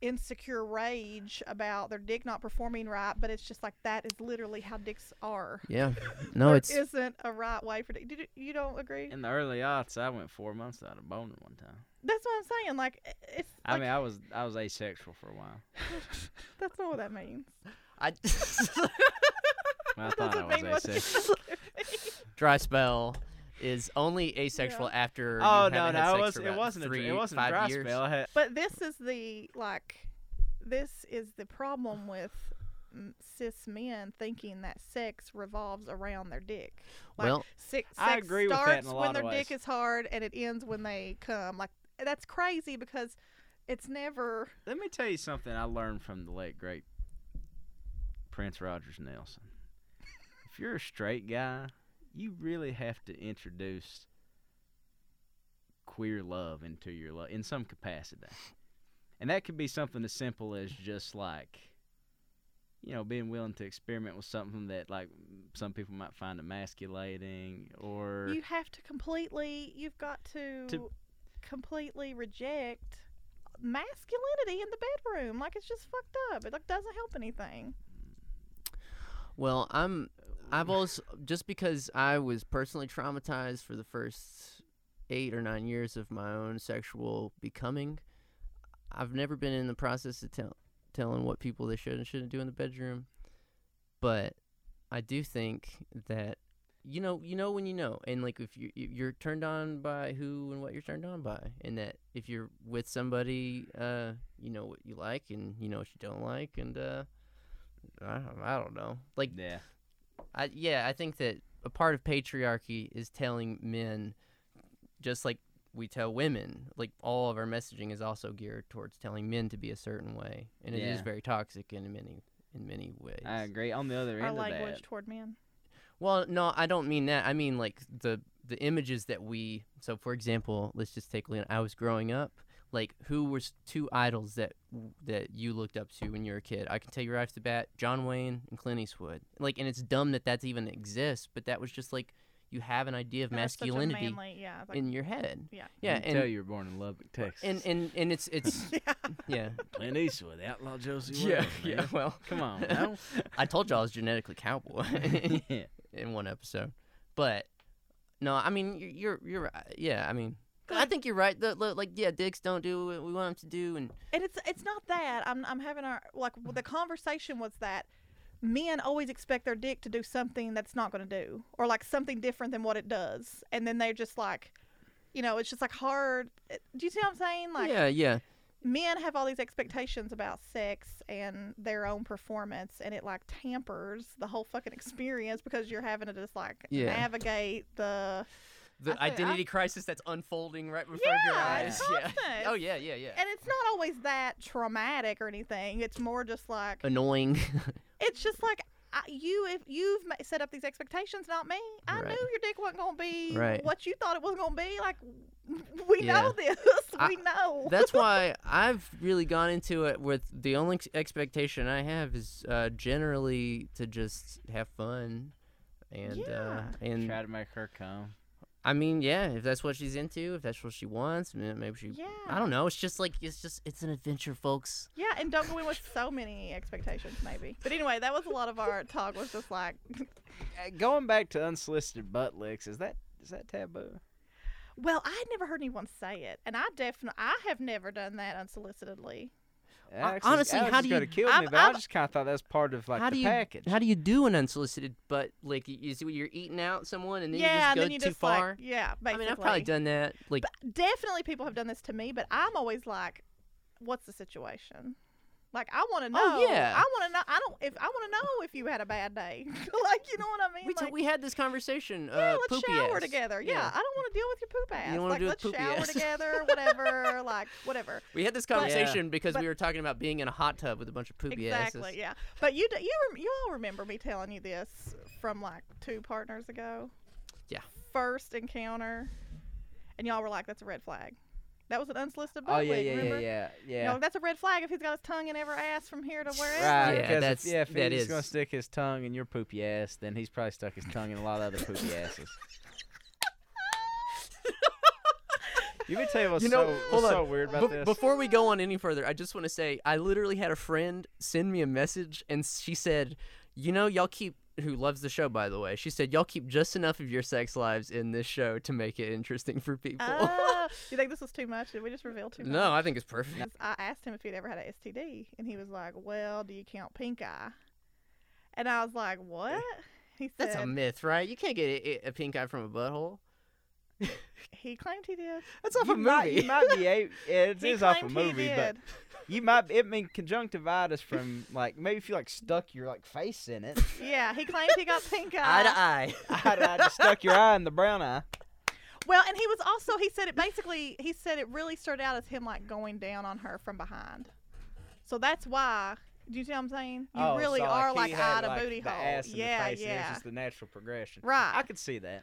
[SPEAKER 3] insecure rage about their dick not performing right but it's just like that is literally how dicks are
[SPEAKER 1] yeah. No,
[SPEAKER 3] There
[SPEAKER 1] it's.
[SPEAKER 3] isn't a right way for dick. Did you, you don't agree
[SPEAKER 2] In the early aughts, I went four months without a boner one time.
[SPEAKER 3] that's what i'm saying like i- it's
[SPEAKER 2] I
[SPEAKER 3] like,
[SPEAKER 2] mean, I was I was asexual for a while.
[SPEAKER 3] that's not what that means
[SPEAKER 1] I,
[SPEAKER 2] Well, I
[SPEAKER 3] That
[SPEAKER 2] thought I
[SPEAKER 3] doesn't mean
[SPEAKER 2] was
[SPEAKER 3] what
[SPEAKER 2] asexual.
[SPEAKER 1] dry spell is only asexual after.
[SPEAKER 2] Oh
[SPEAKER 1] you haven't
[SPEAKER 2] no, no,
[SPEAKER 1] had
[SPEAKER 2] I
[SPEAKER 1] sex
[SPEAKER 2] was,
[SPEAKER 1] for
[SPEAKER 2] it
[SPEAKER 1] about
[SPEAKER 2] wasn't a,
[SPEAKER 1] three,
[SPEAKER 2] dr- it wasn't a
[SPEAKER 1] five
[SPEAKER 2] dry
[SPEAKER 1] years.
[SPEAKER 2] spell. I had,
[SPEAKER 3] But this is the like, this is the problem with mm, cis men thinking that sex revolves around their dick. Like,
[SPEAKER 1] Well-
[SPEAKER 3] six, sex
[SPEAKER 2] I agree with that
[SPEAKER 3] starts
[SPEAKER 2] in a
[SPEAKER 3] when
[SPEAKER 2] lot
[SPEAKER 3] their
[SPEAKER 2] of
[SPEAKER 3] dick
[SPEAKER 2] ways.
[SPEAKER 3] is hard and it ends when they come. Like that's crazy because it's never.
[SPEAKER 2] let me tell you something I learned from the late great Prince Rogers Nelson. If you're a straight guy, you really have to introduce queer love into your love in some capacity, and that could be something as simple as just like. You know, being willing to experiment with something that, like, some people might find emasculating, or
[SPEAKER 3] You have to completely. You've got to,
[SPEAKER 2] To-
[SPEAKER 3] completely reject masculinity in the bedroom. Like it's just fucked up. It like doesn't help anything.
[SPEAKER 1] Well, I'm. I've also just because I was personally traumatized for the first eight or nine years of my own sexual becoming. I've never been in the process of tell, telling what people they should and shouldn't do in the bedroom, but I do think that you know, you know when you know, and like if you you- you're turned on by who and what you're turned on by, and that if you're with somebody, uh, you know what you like and you know what you don't like, and uh, I, I don't know, like
[SPEAKER 2] Yeah.
[SPEAKER 1] I yeah, I think that a part of patriarchy is telling men just like we tell women, like all of our messaging is also geared towards telling men to be a certain way. And it is
[SPEAKER 2] Yeah.
[SPEAKER 1] very toxic in many in many ways.
[SPEAKER 2] I agree. On the other
[SPEAKER 3] Our
[SPEAKER 2] end of that,
[SPEAKER 3] language toward men.
[SPEAKER 1] Well, no, I don't mean that. I mean like the the images that we so for example, let's just take Lena. I was growing up, like who was two idols that that you looked up to when you were a kid? I can tell you right off the bat, John Wayne and Clint Eastwood. Like and it's dumb that that's even exists, but that was just like you have an idea of
[SPEAKER 3] That was such a
[SPEAKER 1] masculinity
[SPEAKER 3] manly- yeah, like-
[SPEAKER 1] in your head.
[SPEAKER 3] Yeah.
[SPEAKER 1] Yeah,
[SPEAKER 2] you can tell
[SPEAKER 1] and,
[SPEAKER 2] you were born in Lubbock, Texas.
[SPEAKER 1] and and and it's it's yeah.
[SPEAKER 2] Clint Eastwood, Outlaw Josie.
[SPEAKER 1] Yeah,
[SPEAKER 2] Wells,
[SPEAKER 1] yeah.
[SPEAKER 2] man.
[SPEAKER 1] Well,
[SPEAKER 2] Come on, now.
[SPEAKER 1] I told you I was genetically cowboy.
[SPEAKER 2] yeah.
[SPEAKER 1] in one episode. But no, I mean y- you're you're right. yeah. I mean, I think you're right. The, the- like yeah, dicks don't do what we want them to do, and
[SPEAKER 3] And it's it's not that I'm I'm having our like w- the conversation was that men always expect their dick to do something that's not going to do or like something different than what it does, and then they're just like, you know, it's just like hard. Uh, Do you see what I'm saying? Like
[SPEAKER 1] yeah, yeah,
[SPEAKER 3] men have all these expectations about sex and their own performance, and it like tampers the whole fucking experience because you're having to just like
[SPEAKER 1] Yeah.
[SPEAKER 3] navigate the
[SPEAKER 1] the
[SPEAKER 3] I think-
[SPEAKER 1] identity crisis that's unfolding right before your
[SPEAKER 3] yeah,
[SPEAKER 1] eyes.
[SPEAKER 3] it's
[SPEAKER 1] Yeah.
[SPEAKER 3] constant.
[SPEAKER 1] Oh yeah, yeah, yeah.
[SPEAKER 3] And it's not always that traumatic or anything. It's more just like
[SPEAKER 1] Annoying.
[SPEAKER 3] it's just like I, you if you've ma- set up these expectations not me i
[SPEAKER 1] Right.
[SPEAKER 3] knew your dick wasn't going to be
[SPEAKER 1] Right.
[SPEAKER 3] what you thought it was going to be like we know this
[SPEAKER 1] I-
[SPEAKER 3] we know
[SPEAKER 1] That's why I've really gone into it with the only ex- expectation I have is uh, generally to just have fun. And uh,
[SPEAKER 3] Yeah.
[SPEAKER 1] and
[SPEAKER 2] Try to make her come.
[SPEAKER 1] I mean, yeah, if that's what she's into, if that's what she wants, ma- maybe she.
[SPEAKER 3] yeah
[SPEAKER 1] I don't know. It's just like it's just it's an adventure, folks.
[SPEAKER 3] yeah and don't go in with so many expectations maybe but anyway that was a lot of our talk was just like
[SPEAKER 2] Uh, Going back to unsolicited butt licks, is that is that taboo?
[SPEAKER 3] well i had never heard anyone say it and i definitely i have never done that unsolicitedly
[SPEAKER 2] Alex is-
[SPEAKER 1] honestly,
[SPEAKER 2] Alex
[SPEAKER 1] how
[SPEAKER 2] is
[SPEAKER 1] do
[SPEAKER 2] gonna
[SPEAKER 1] you-
[SPEAKER 2] kill
[SPEAKER 3] I've-
[SPEAKER 2] me? But i
[SPEAKER 3] I've-
[SPEAKER 2] just kind of thought that was part of like
[SPEAKER 1] how
[SPEAKER 2] the
[SPEAKER 1] do you
[SPEAKER 2] package.
[SPEAKER 1] how do you do an unsolicited butt like you, you see what you're eating out someone and then
[SPEAKER 3] yeah
[SPEAKER 1] you just go
[SPEAKER 3] and then you
[SPEAKER 1] too
[SPEAKER 3] just
[SPEAKER 1] far?
[SPEAKER 3] like yeah
[SPEAKER 1] I
[SPEAKER 3] basically
[SPEAKER 1] mean, I've probably done that. Like,
[SPEAKER 3] definitely people have done this to me, but I'm always like, what's the situation? Like I want to know.
[SPEAKER 1] Oh, yeah.
[SPEAKER 3] I want to know. I don't. If I want to know if you had a bad day, like you know what I mean.
[SPEAKER 1] we, t-
[SPEAKER 3] like,
[SPEAKER 1] we had this conversation.
[SPEAKER 3] yeah,
[SPEAKER 1] uh,
[SPEAKER 3] let's
[SPEAKER 1] poopy
[SPEAKER 3] shower
[SPEAKER 1] ass.
[SPEAKER 3] together. Yeah, I don't want to deal with your poop ass.
[SPEAKER 1] don't wanna
[SPEAKER 3] like
[SPEAKER 1] deal with
[SPEAKER 3] let's
[SPEAKER 1] poopy
[SPEAKER 3] shower
[SPEAKER 1] ass.
[SPEAKER 3] together, whatever. like whatever.
[SPEAKER 1] We had this
[SPEAKER 3] But-
[SPEAKER 1] conversation because
[SPEAKER 3] but-
[SPEAKER 1] we were talking about being in a hot tub with a bunch of poopy
[SPEAKER 3] exactly.
[SPEAKER 1] asses.
[SPEAKER 3] Yeah. But you d- you rem- you all remember me telling you this from like two partners ago.
[SPEAKER 1] Yeah.
[SPEAKER 3] First encounter, and y'all were like, "That's a red flag." That was an unsolicited.
[SPEAKER 2] Oh
[SPEAKER 3] butt
[SPEAKER 2] yeah,
[SPEAKER 3] lick,
[SPEAKER 2] yeah, yeah,
[SPEAKER 3] remember?
[SPEAKER 2] yeah,
[SPEAKER 3] You
[SPEAKER 2] yeah.
[SPEAKER 3] know, that's a red flag if he's got his tongue in every ass from here to wherever.
[SPEAKER 1] Yeah,
[SPEAKER 2] Right, because if-
[SPEAKER 1] that's-
[SPEAKER 2] yeah, if
[SPEAKER 1] that
[SPEAKER 2] he's
[SPEAKER 1] is.
[SPEAKER 2] gonna stick his tongue in your poopy ass, then he's probably stuck his tongue in a lot of other poopy asses. you me tell you what's
[SPEAKER 1] You know,
[SPEAKER 2] so,
[SPEAKER 1] hold
[SPEAKER 2] what's so
[SPEAKER 1] on.
[SPEAKER 2] weird about
[SPEAKER 1] Bef-
[SPEAKER 2] this.
[SPEAKER 1] Before we go on any further, I just want to say I literally had a friend send me a message, and she said, "You know, y'all keep." Who loves the show, by the way? She said, "Y'all keep just enough of your sex lives in this show to make it interesting for people."
[SPEAKER 3] Oh, you think this was too much? Did we just reveal too
[SPEAKER 1] no,
[SPEAKER 3] much?
[SPEAKER 1] I think it's perfect.
[SPEAKER 3] 'Cause I asked him if he'd ever had a STD, and he was like, "Well, do you count pink eye?" And I was like, "What?" He
[SPEAKER 1] That's a
[SPEAKER 3] said
[SPEAKER 1] myth, right? You can't get a, a pink eye from a butthole.
[SPEAKER 3] he claimed he did.
[SPEAKER 1] That's
[SPEAKER 2] you might, you might be a, yeah, it
[SPEAKER 3] he
[SPEAKER 2] is off a
[SPEAKER 3] claimed
[SPEAKER 2] movie,
[SPEAKER 3] he
[SPEAKER 2] but
[SPEAKER 3] did.
[SPEAKER 2] you might. It mean conjunctivitis from like maybe if you like stuck your like face in it,
[SPEAKER 3] Yeah, he claimed he got pink
[SPEAKER 1] eye to
[SPEAKER 3] eye.
[SPEAKER 1] eye.
[SPEAKER 2] I, I just stuck your eye in the brown eye.
[SPEAKER 3] Well, and he was also he said it basically. He said it really started out as him like going down on her from behind. So that's why. Do you see what I'm saying? You
[SPEAKER 2] Oh,
[SPEAKER 3] really
[SPEAKER 2] so,
[SPEAKER 3] are
[SPEAKER 2] he
[SPEAKER 3] like eye
[SPEAKER 2] had,
[SPEAKER 3] to
[SPEAKER 2] like,
[SPEAKER 3] booty
[SPEAKER 2] the
[SPEAKER 3] hole.
[SPEAKER 2] ass and the
[SPEAKER 3] yeah,
[SPEAKER 2] face, and it was
[SPEAKER 3] yeah.
[SPEAKER 2] just the natural progression.
[SPEAKER 3] Right.
[SPEAKER 2] I could see that.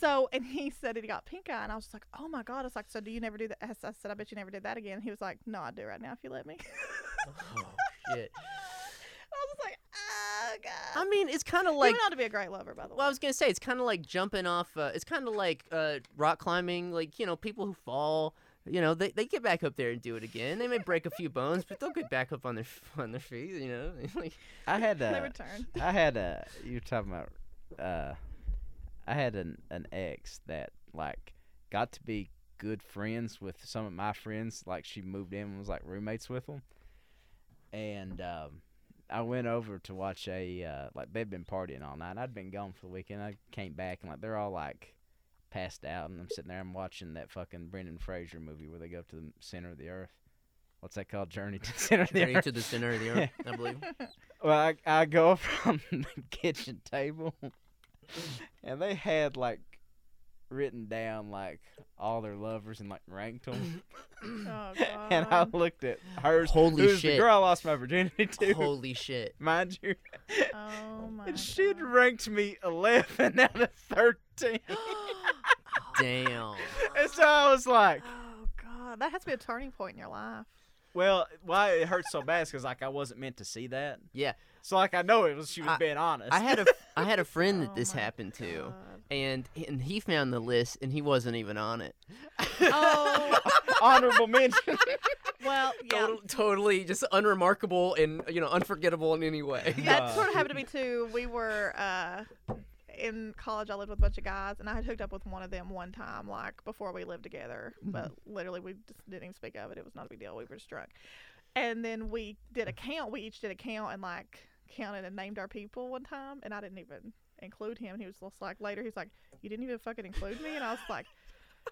[SPEAKER 3] So, and he said that he got pink eye, and I was just like, "Oh my god!" It's like, so do you never do that? I s- I said, "I bet you never did that again." And he was like, "No, I do right now if you let me."
[SPEAKER 1] oh shit!
[SPEAKER 3] I was just like, "Oh god."
[SPEAKER 1] I mean, it's kind of
[SPEAKER 3] he
[SPEAKER 1] like
[SPEAKER 3] went on to be a great lover, by the way.
[SPEAKER 1] Well, I was gonna say it's kind of like jumping off. Uh, it's kind of like uh, rock climbing. Like you know, people who fall, you know, they, they get back up there and do it again. They may break a few bones, but they'll get back up on their on their feet. You know, like
[SPEAKER 2] I had
[SPEAKER 3] they
[SPEAKER 2] uh,
[SPEAKER 3] returned.
[SPEAKER 2] I had a. You were talking about. Uh, I had an an ex that like got to be good friends with some of my friends. Like she moved in and was like roommates with them, and um, I went over to watch a uh, like they'd been partying all night. I'd been gone for the weekend. I came back and like they're all like passed out, and I'm sitting there. I'm watching that fucking Brendan Fraser movie where they go up to the center of the earth. What's that called? Journey to the center of the
[SPEAKER 1] Journey
[SPEAKER 2] earth.
[SPEAKER 1] to the center of the earth, I believe.
[SPEAKER 2] Well, I, I go from the kitchen table, and they had like written down like all their lovers and like ranked them.
[SPEAKER 3] Oh,
[SPEAKER 2] and I
[SPEAKER 3] God.
[SPEAKER 2] looked at hers.
[SPEAKER 1] Holy
[SPEAKER 2] who's
[SPEAKER 1] shit.
[SPEAKER 2] The girl I lost my virginity to,
[SPEAKER 1] Holy shit.
[SPEAKER 2] mind you.
[SPEAKER 3] Oh my.
[SPEAKER 2] And she had
[SPEAKER 3] God.
[SPEAKER 2] ranked me 11 out of 13.
[SPEAKER 1] Damn.
[SPEAKER 2] and so I was like,
[SPEAKER 3] Oh God, that has to be a turning point in your life.
[SPEAKER 2] well, why it hurts so bad is because like I wasn't meant to see that.
[SPEAKER 1] Yeah.
[SPEAKER 2] So like I know it was she was
[SPEAKER 1] I-
[SPEAKER 2] being honest.
[SPEAKER 1] I had a I had a friend that
[SPEAKER 3] Oh
[SPEAKER 1] this
[SPEAKER 3] my
[SPEAKER 1] happened to.
[SPEAKER 3] God.
[SPEAKER 1] And and he found the list and he wasn't even on it.
[SPEAKER 3] Oh
[SPEAKER 2] honorable mention.
[SPEAKER 3] well, yeah.
[SPEAKER 1] Total, totally just unremarkable and you know unforgettable in any way.
[SPEAKER 3] That
[SPEAKER 2] Uh,
[SPEAKER 3] sort of happened to me too. We were uh, in college. I lived with a bunch of guys, and I had hooked up with one of them one time, like before we lived together. But literally, we just didn't even speak of it. It was not a big deal. We were just drunk, and then we did a count. We each did a count and like counted and named our people one time, and I didn't even include him. He was just like later. He's like, "You didn't even fucking include me," and I was like,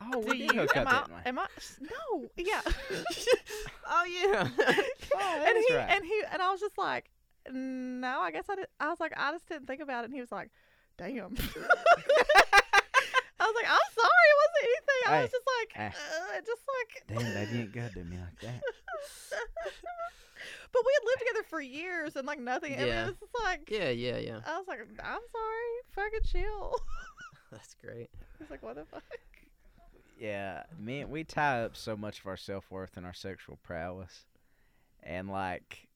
[SPEAKER 2] Oh,
[SPEAKER 3] "Do you? Am I? Am I? No, yeah."
[SPEAKER 1] oh yeah.
[SPEAKER 2] that
[SPEAKER 3] and
[SPEAKER 2] is
[SPEAKER 3] he
[SPEAKER 2] right.
[SPEAKER 3] and he and I was just like, no, I guess I did. I was like, I just didn't think about it. And he was like, damn. I was like, I'm sorry, it wasn't anything. I
[SPEAKER 2] Hey,
[SPEAKER 3] was just
[SPEAKER 1] Ah.
[SPEAKER 3] like,
[SPEAKER 2] eh.
[SPEAKER 3] uh, just like.
[SPEAKER 2] Damn, baby, you ain't gotta do me like that.
[SPEAKER 3] but we had lived together for years and like nothing. And
[SPEAKER 1] Yeah.
[SPEAKER 3] it was just like,
[SPEAKER 1] yeah, yeah, yeah.
[SPEAKER 3] I was like, I'm sorry, fucking chill.
[SPEAKER 1] That's great.
[SPEAKER 3] He's like, what the fuck?
[SPEAKER 2] Yeah, man, we tie up so much of our self worth and our sexual prowess, and like,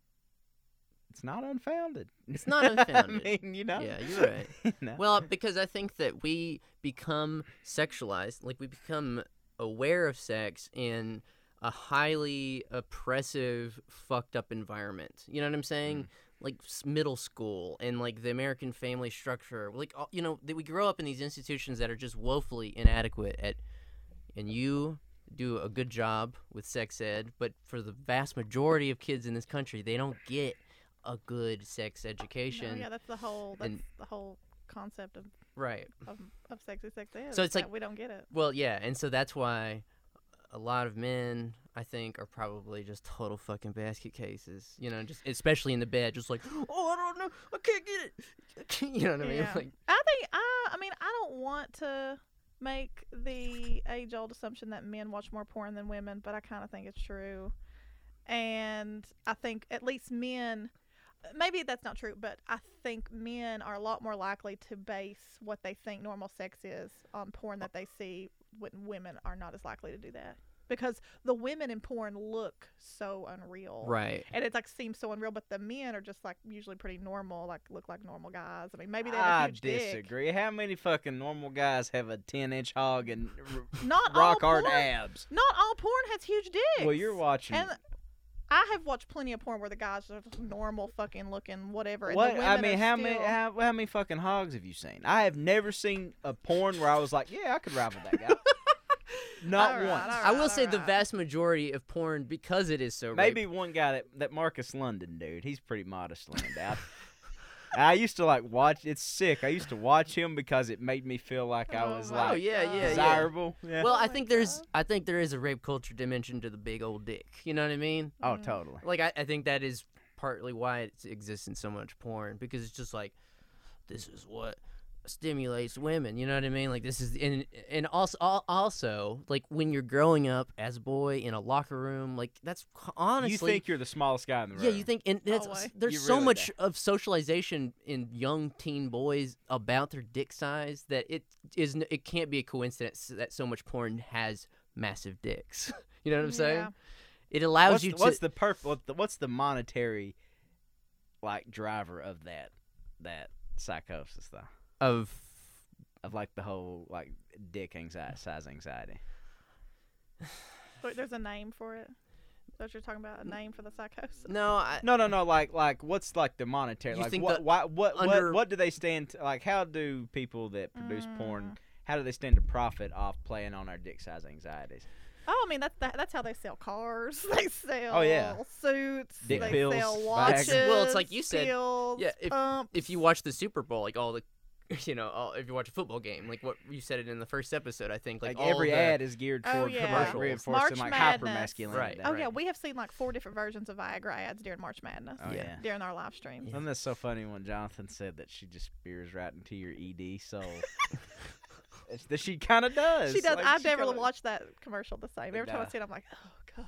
[SPEAKER 2] it's not unfounded.
[SPEAKER 1] It's not unfounded.
[SPEAKER 2] I mean, you know.
[SPEAKER 1] Yeah, you're right.
[SPEAKER 2] You know?
[SPEAKER 1] Well, because I think that we become sexualized, like we become aware of sex in a highly oppressive, fucked up environment. You know what I'm saying? Like s- middle school and like the American family structure. Like, all- you know, that we grow up in these institutions that are just woefully inadequate at, and you do a good job with sex ed, but for the vast majority of kids in this country, they don't get a good sex education.
[SPEAKER 3] No, yeah, that's the whole. That's
[SPEAKER 1] and-
[SPEAKER 3] the whole concept of
[SPEAKER 1] Right.
[SPEAKER 3] of, of sexy sex is.
[SPEAKER 1] So it's
[SPEAKER 3] that
[SPEAKER 1] like-
[SPEAKER 3] we don't get it.
[SPEAKER 1] Well, yeah, and so that's why a lot of men, I think, are probably just total fucking basket cases. You know, just especially in the bed, just like, oh, I don't know, I can't get it. I can't-" You know what I mean?
[SPEAKER 3] Yeah.
[SPEAKER 1] Like,
[SPEAKER 3] I think I I mean I don't want to make the age old assumption that men watch more porn than women, but I kind of think it's true. And I think at least men maybe that's not true, but I think men are a lot more likely to base what they think normal sex is on porn that they see when women are not as likely to do that. Because the women in porn look so unreal
[SPEAKER 1] right.
[SPEAKER 3] and it like seems so unreal. But the men are just like usually pretty normal, like look like normal guys. I mean, maybe they have a
[SPEAKER 2] I
[SPEAKER 3] huge dick.
[SPEAKER 2] disagree. How many fucking normal guys have a ten inch hog and r-
[SPEAKER 3] Not
[SPEAKER 2] rock
[SPEAKER 3] all
[SPEAKER 2] hard
[SPEAKER 3] porn,
[SPEAKER 2] abs?
[SPEAKER 3] Not all porn has huge dicks.
[SPEAKER 2] Well, you're watching.
[SPEAKER 3] and I have watched plenty of porn where the guys are just normal fucking looking, whatever. and the
[SPEAKER 2] what I
[SPEAKER 3] women
[SPEAKER 2] mean,
[SPEAKER 3] are
[SPEAKER 2] how
[SPEAKER 3] still,
[SPEAKER 2] many how, how many fucking hogs have you seen? I have never seen a porn where I was like, yeah, I could rival that guy. Not
[SPEAKER 3] All right,
[SPEAKER 2] once.
[SPEAKER 3] all
[SPEAKER 1] I will
[SPEAKER 3] right,
[SPEAKER 1] say the
[SPEAKER 3] alright.
[SPEAKER 1] vast majority of porn, because it is so
[SPEAKER 2] Maybe one guy that that Marcus London dude. He's pretty modestly endowed. I used to like watch. It's sick. I used to watch him because it made me feel like I
[SPEAKER 3] Oh
[SPEAKER 2] was
[SPEAKER 3] my
[SPEAKER 1] raped. Oh
[SPEAKER 2] like
[SPEAKER 1] yeah,
[SPEAKER 2] uh,
[SPEAKER 1] yeah, yeah.
[SPEAKER 2] desirable. Yeah.
[SPEAKER 1] Well,
[SPEAKER 3] Oh
[SPEAKER 1] I
[SPEAKER 3] my
[SPEAKER 1] think there's,
[SPEAKER 3] God.
[SPEAKER 1] I think there is a rape culture dimension to the big old dick. You know what I mean?
[SPEAKER 2] oh, totally.
[SPEAKER 1] Like, I, I think that is partly why it exists in so much porn because it's just like, this is what stimulates women. You know what I mean? Like, this is and and also al- also like when you're growing up as a boy in a locker room, like that's c- honestly.
[SPEAKER 2] you think you're the smallest guy in the room?
[SPEAKER 1] yeah, you think, and that's,
[SPEAKER 3] Oh, I-
[SPEAKER 1] there's
[SPEAKER 2] You
[SPEAKER 1] so
[SPEAKER 2] really
[SPEAKER 1] much of socialization in young teen boys about their dick size that it is n- it can't be a coincidence that so much porn has massive dicks. you know what I'm saying?
[SPEAKER 3] Yeah.
[SPEAKER 1] It allows
[SPEAKER 2] What's,
[SPEAKER 1] you
[SPEAKER 2] the-
[SPEAKER 1] to
[SPEAKER 2] what's the perp? What the, what's the monetary like driver of that that psychosis though?
[SPEAKER 1] of
[SPEAKER 2] Of like the whole like dick anxiety, size anxiety.
[SPEAKER 3] Wait, there's a name for it. Is that what you're talking about? A name for the psychosis?
[SPEAKER 1] no, I,
[SPEAKER 2] No, no, no. Like, like, what's like the monetary?
[SPEAKER 1] You
[SPEAKER 2] like,
[SPEAKER 1] think
[SPEAKER 2] what,
[SPEAKER 1] the
[SPEAKER 2] why, what,
[SPEAKER 1] under-
[SPEAKER 2] what, what do they stand? To, like, how do people that produce
[SPEAKER 3] Mm.
[SPEAKER 2] porn? How do they stand to profit off playing on our dick size anxieties?
[SPEAKER 3] Oh, I mean that's that, that's how they sell cars. They sell
[SPEAKER 2] Oh, yeah.
[SPEAKER 3] suits.
[SPEAKER 2] Dick
[SPEAKER 3] they
[SPEAKER 2] pills,
[SPEAKER 3] sell
[SPEAKER 2] bags.
[SPEAKER 3] watches.
[SPEAKER 1] It's- well, it's like you said,
[SPEAKER 3] pills,
[SPEAKER 1] yeah, if-
[SPEAKER 3] pumps.
[SPEAKER 1] if you watch the Super Bowl, like all the, you know, all, if you watch a football game, like what you said it in the first episode, I think, like,
[SPEAKER 2] Like,
[SPEAKER 1] all
[SPEAKER 2] every
[SPEAKER 1] the,
[SPEAKER 2] ad is geared
[SPEAKER 3] Oh,
[SPEAKER 2] for
[SPEAKER 3] yeah.
[SPEAKER 2] commercial,
[SPEAKER 1] Commercials.
[SPEAKER 2] reinforcing
[SPEAKER 3] March
[SPEAKER 2] like hyper
[SPEAKER 3] Madness.
[SPEAKER 1] Right.
[SPEAKER 2] masculinity.
[SPEAKER 3] oh yeah, we have seen like four different versions of Viagra ads during March Madness
[SPEAKER 2] Oh,
[SPEAKER 1] Yeah.
[SPEAKER 2] yeah.
[SPEAKER 3] during our live stream.
[SPEAKER 1] Yeah.
[SPEAKER 2] Isn't that so funny when Jonathan said that she just spears right into your ED soul? It's that she kind of does.
[SPEAKER 3] She does.
[SPEAKER 2] Like,
[SPEAKER 3] I've never
[SPEAKER 2] kinda-
[SPEAKER 3] watched that commercial the same. Every time I
[SPEAKER 2] Nah.
[SPEAKER 3] see it, I'm like, oh god.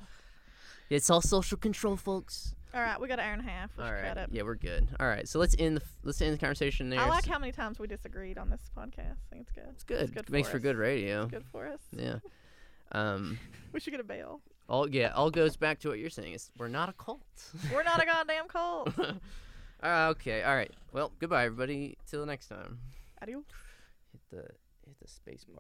[SPEAKER 1] It's all social control, folks.
[SPEAKER 3] All right, we got an hour and a half. We
[SPEAKER 1] all
[SPEAKER 3] should
[SPEAKER 1] right,
[SPEAKER 3] cut it.
[SPEAKER 1] yeah, we're good. All right, so let's end the f- let's end the conversation there.
[SPEAKER 3] I like
[SPEAKER 1] So-
[SPEAKER 3] how many times we disagreed on this podcast. I think it's good.
[SPEAKER 1] it's good.
[SPEAKER 3] it's good
[SPEAKER 1] Makes
[SPEAKER 3] for
[SPEAKER 1] for
[SPEAKER 3] us.
[SPEAKER 1] good radio.
[SPEAKER 3] Good for us.
[SPEAKER 1] Yeah. Um.
[SPEAKER 3] We should get a bail.
[SPEAKER 1] All yeah. All goes back to what you're saying. Is we're not a cult.
[SPEAKER 3] We're not a goddamn cult.
[SPEAKER 1] Uh, okay. All right. Well, goodbye, everybody. Till next time.
[SPEAKER 3] Adios.
[SPEAKER 1] Hit the hit the space bar.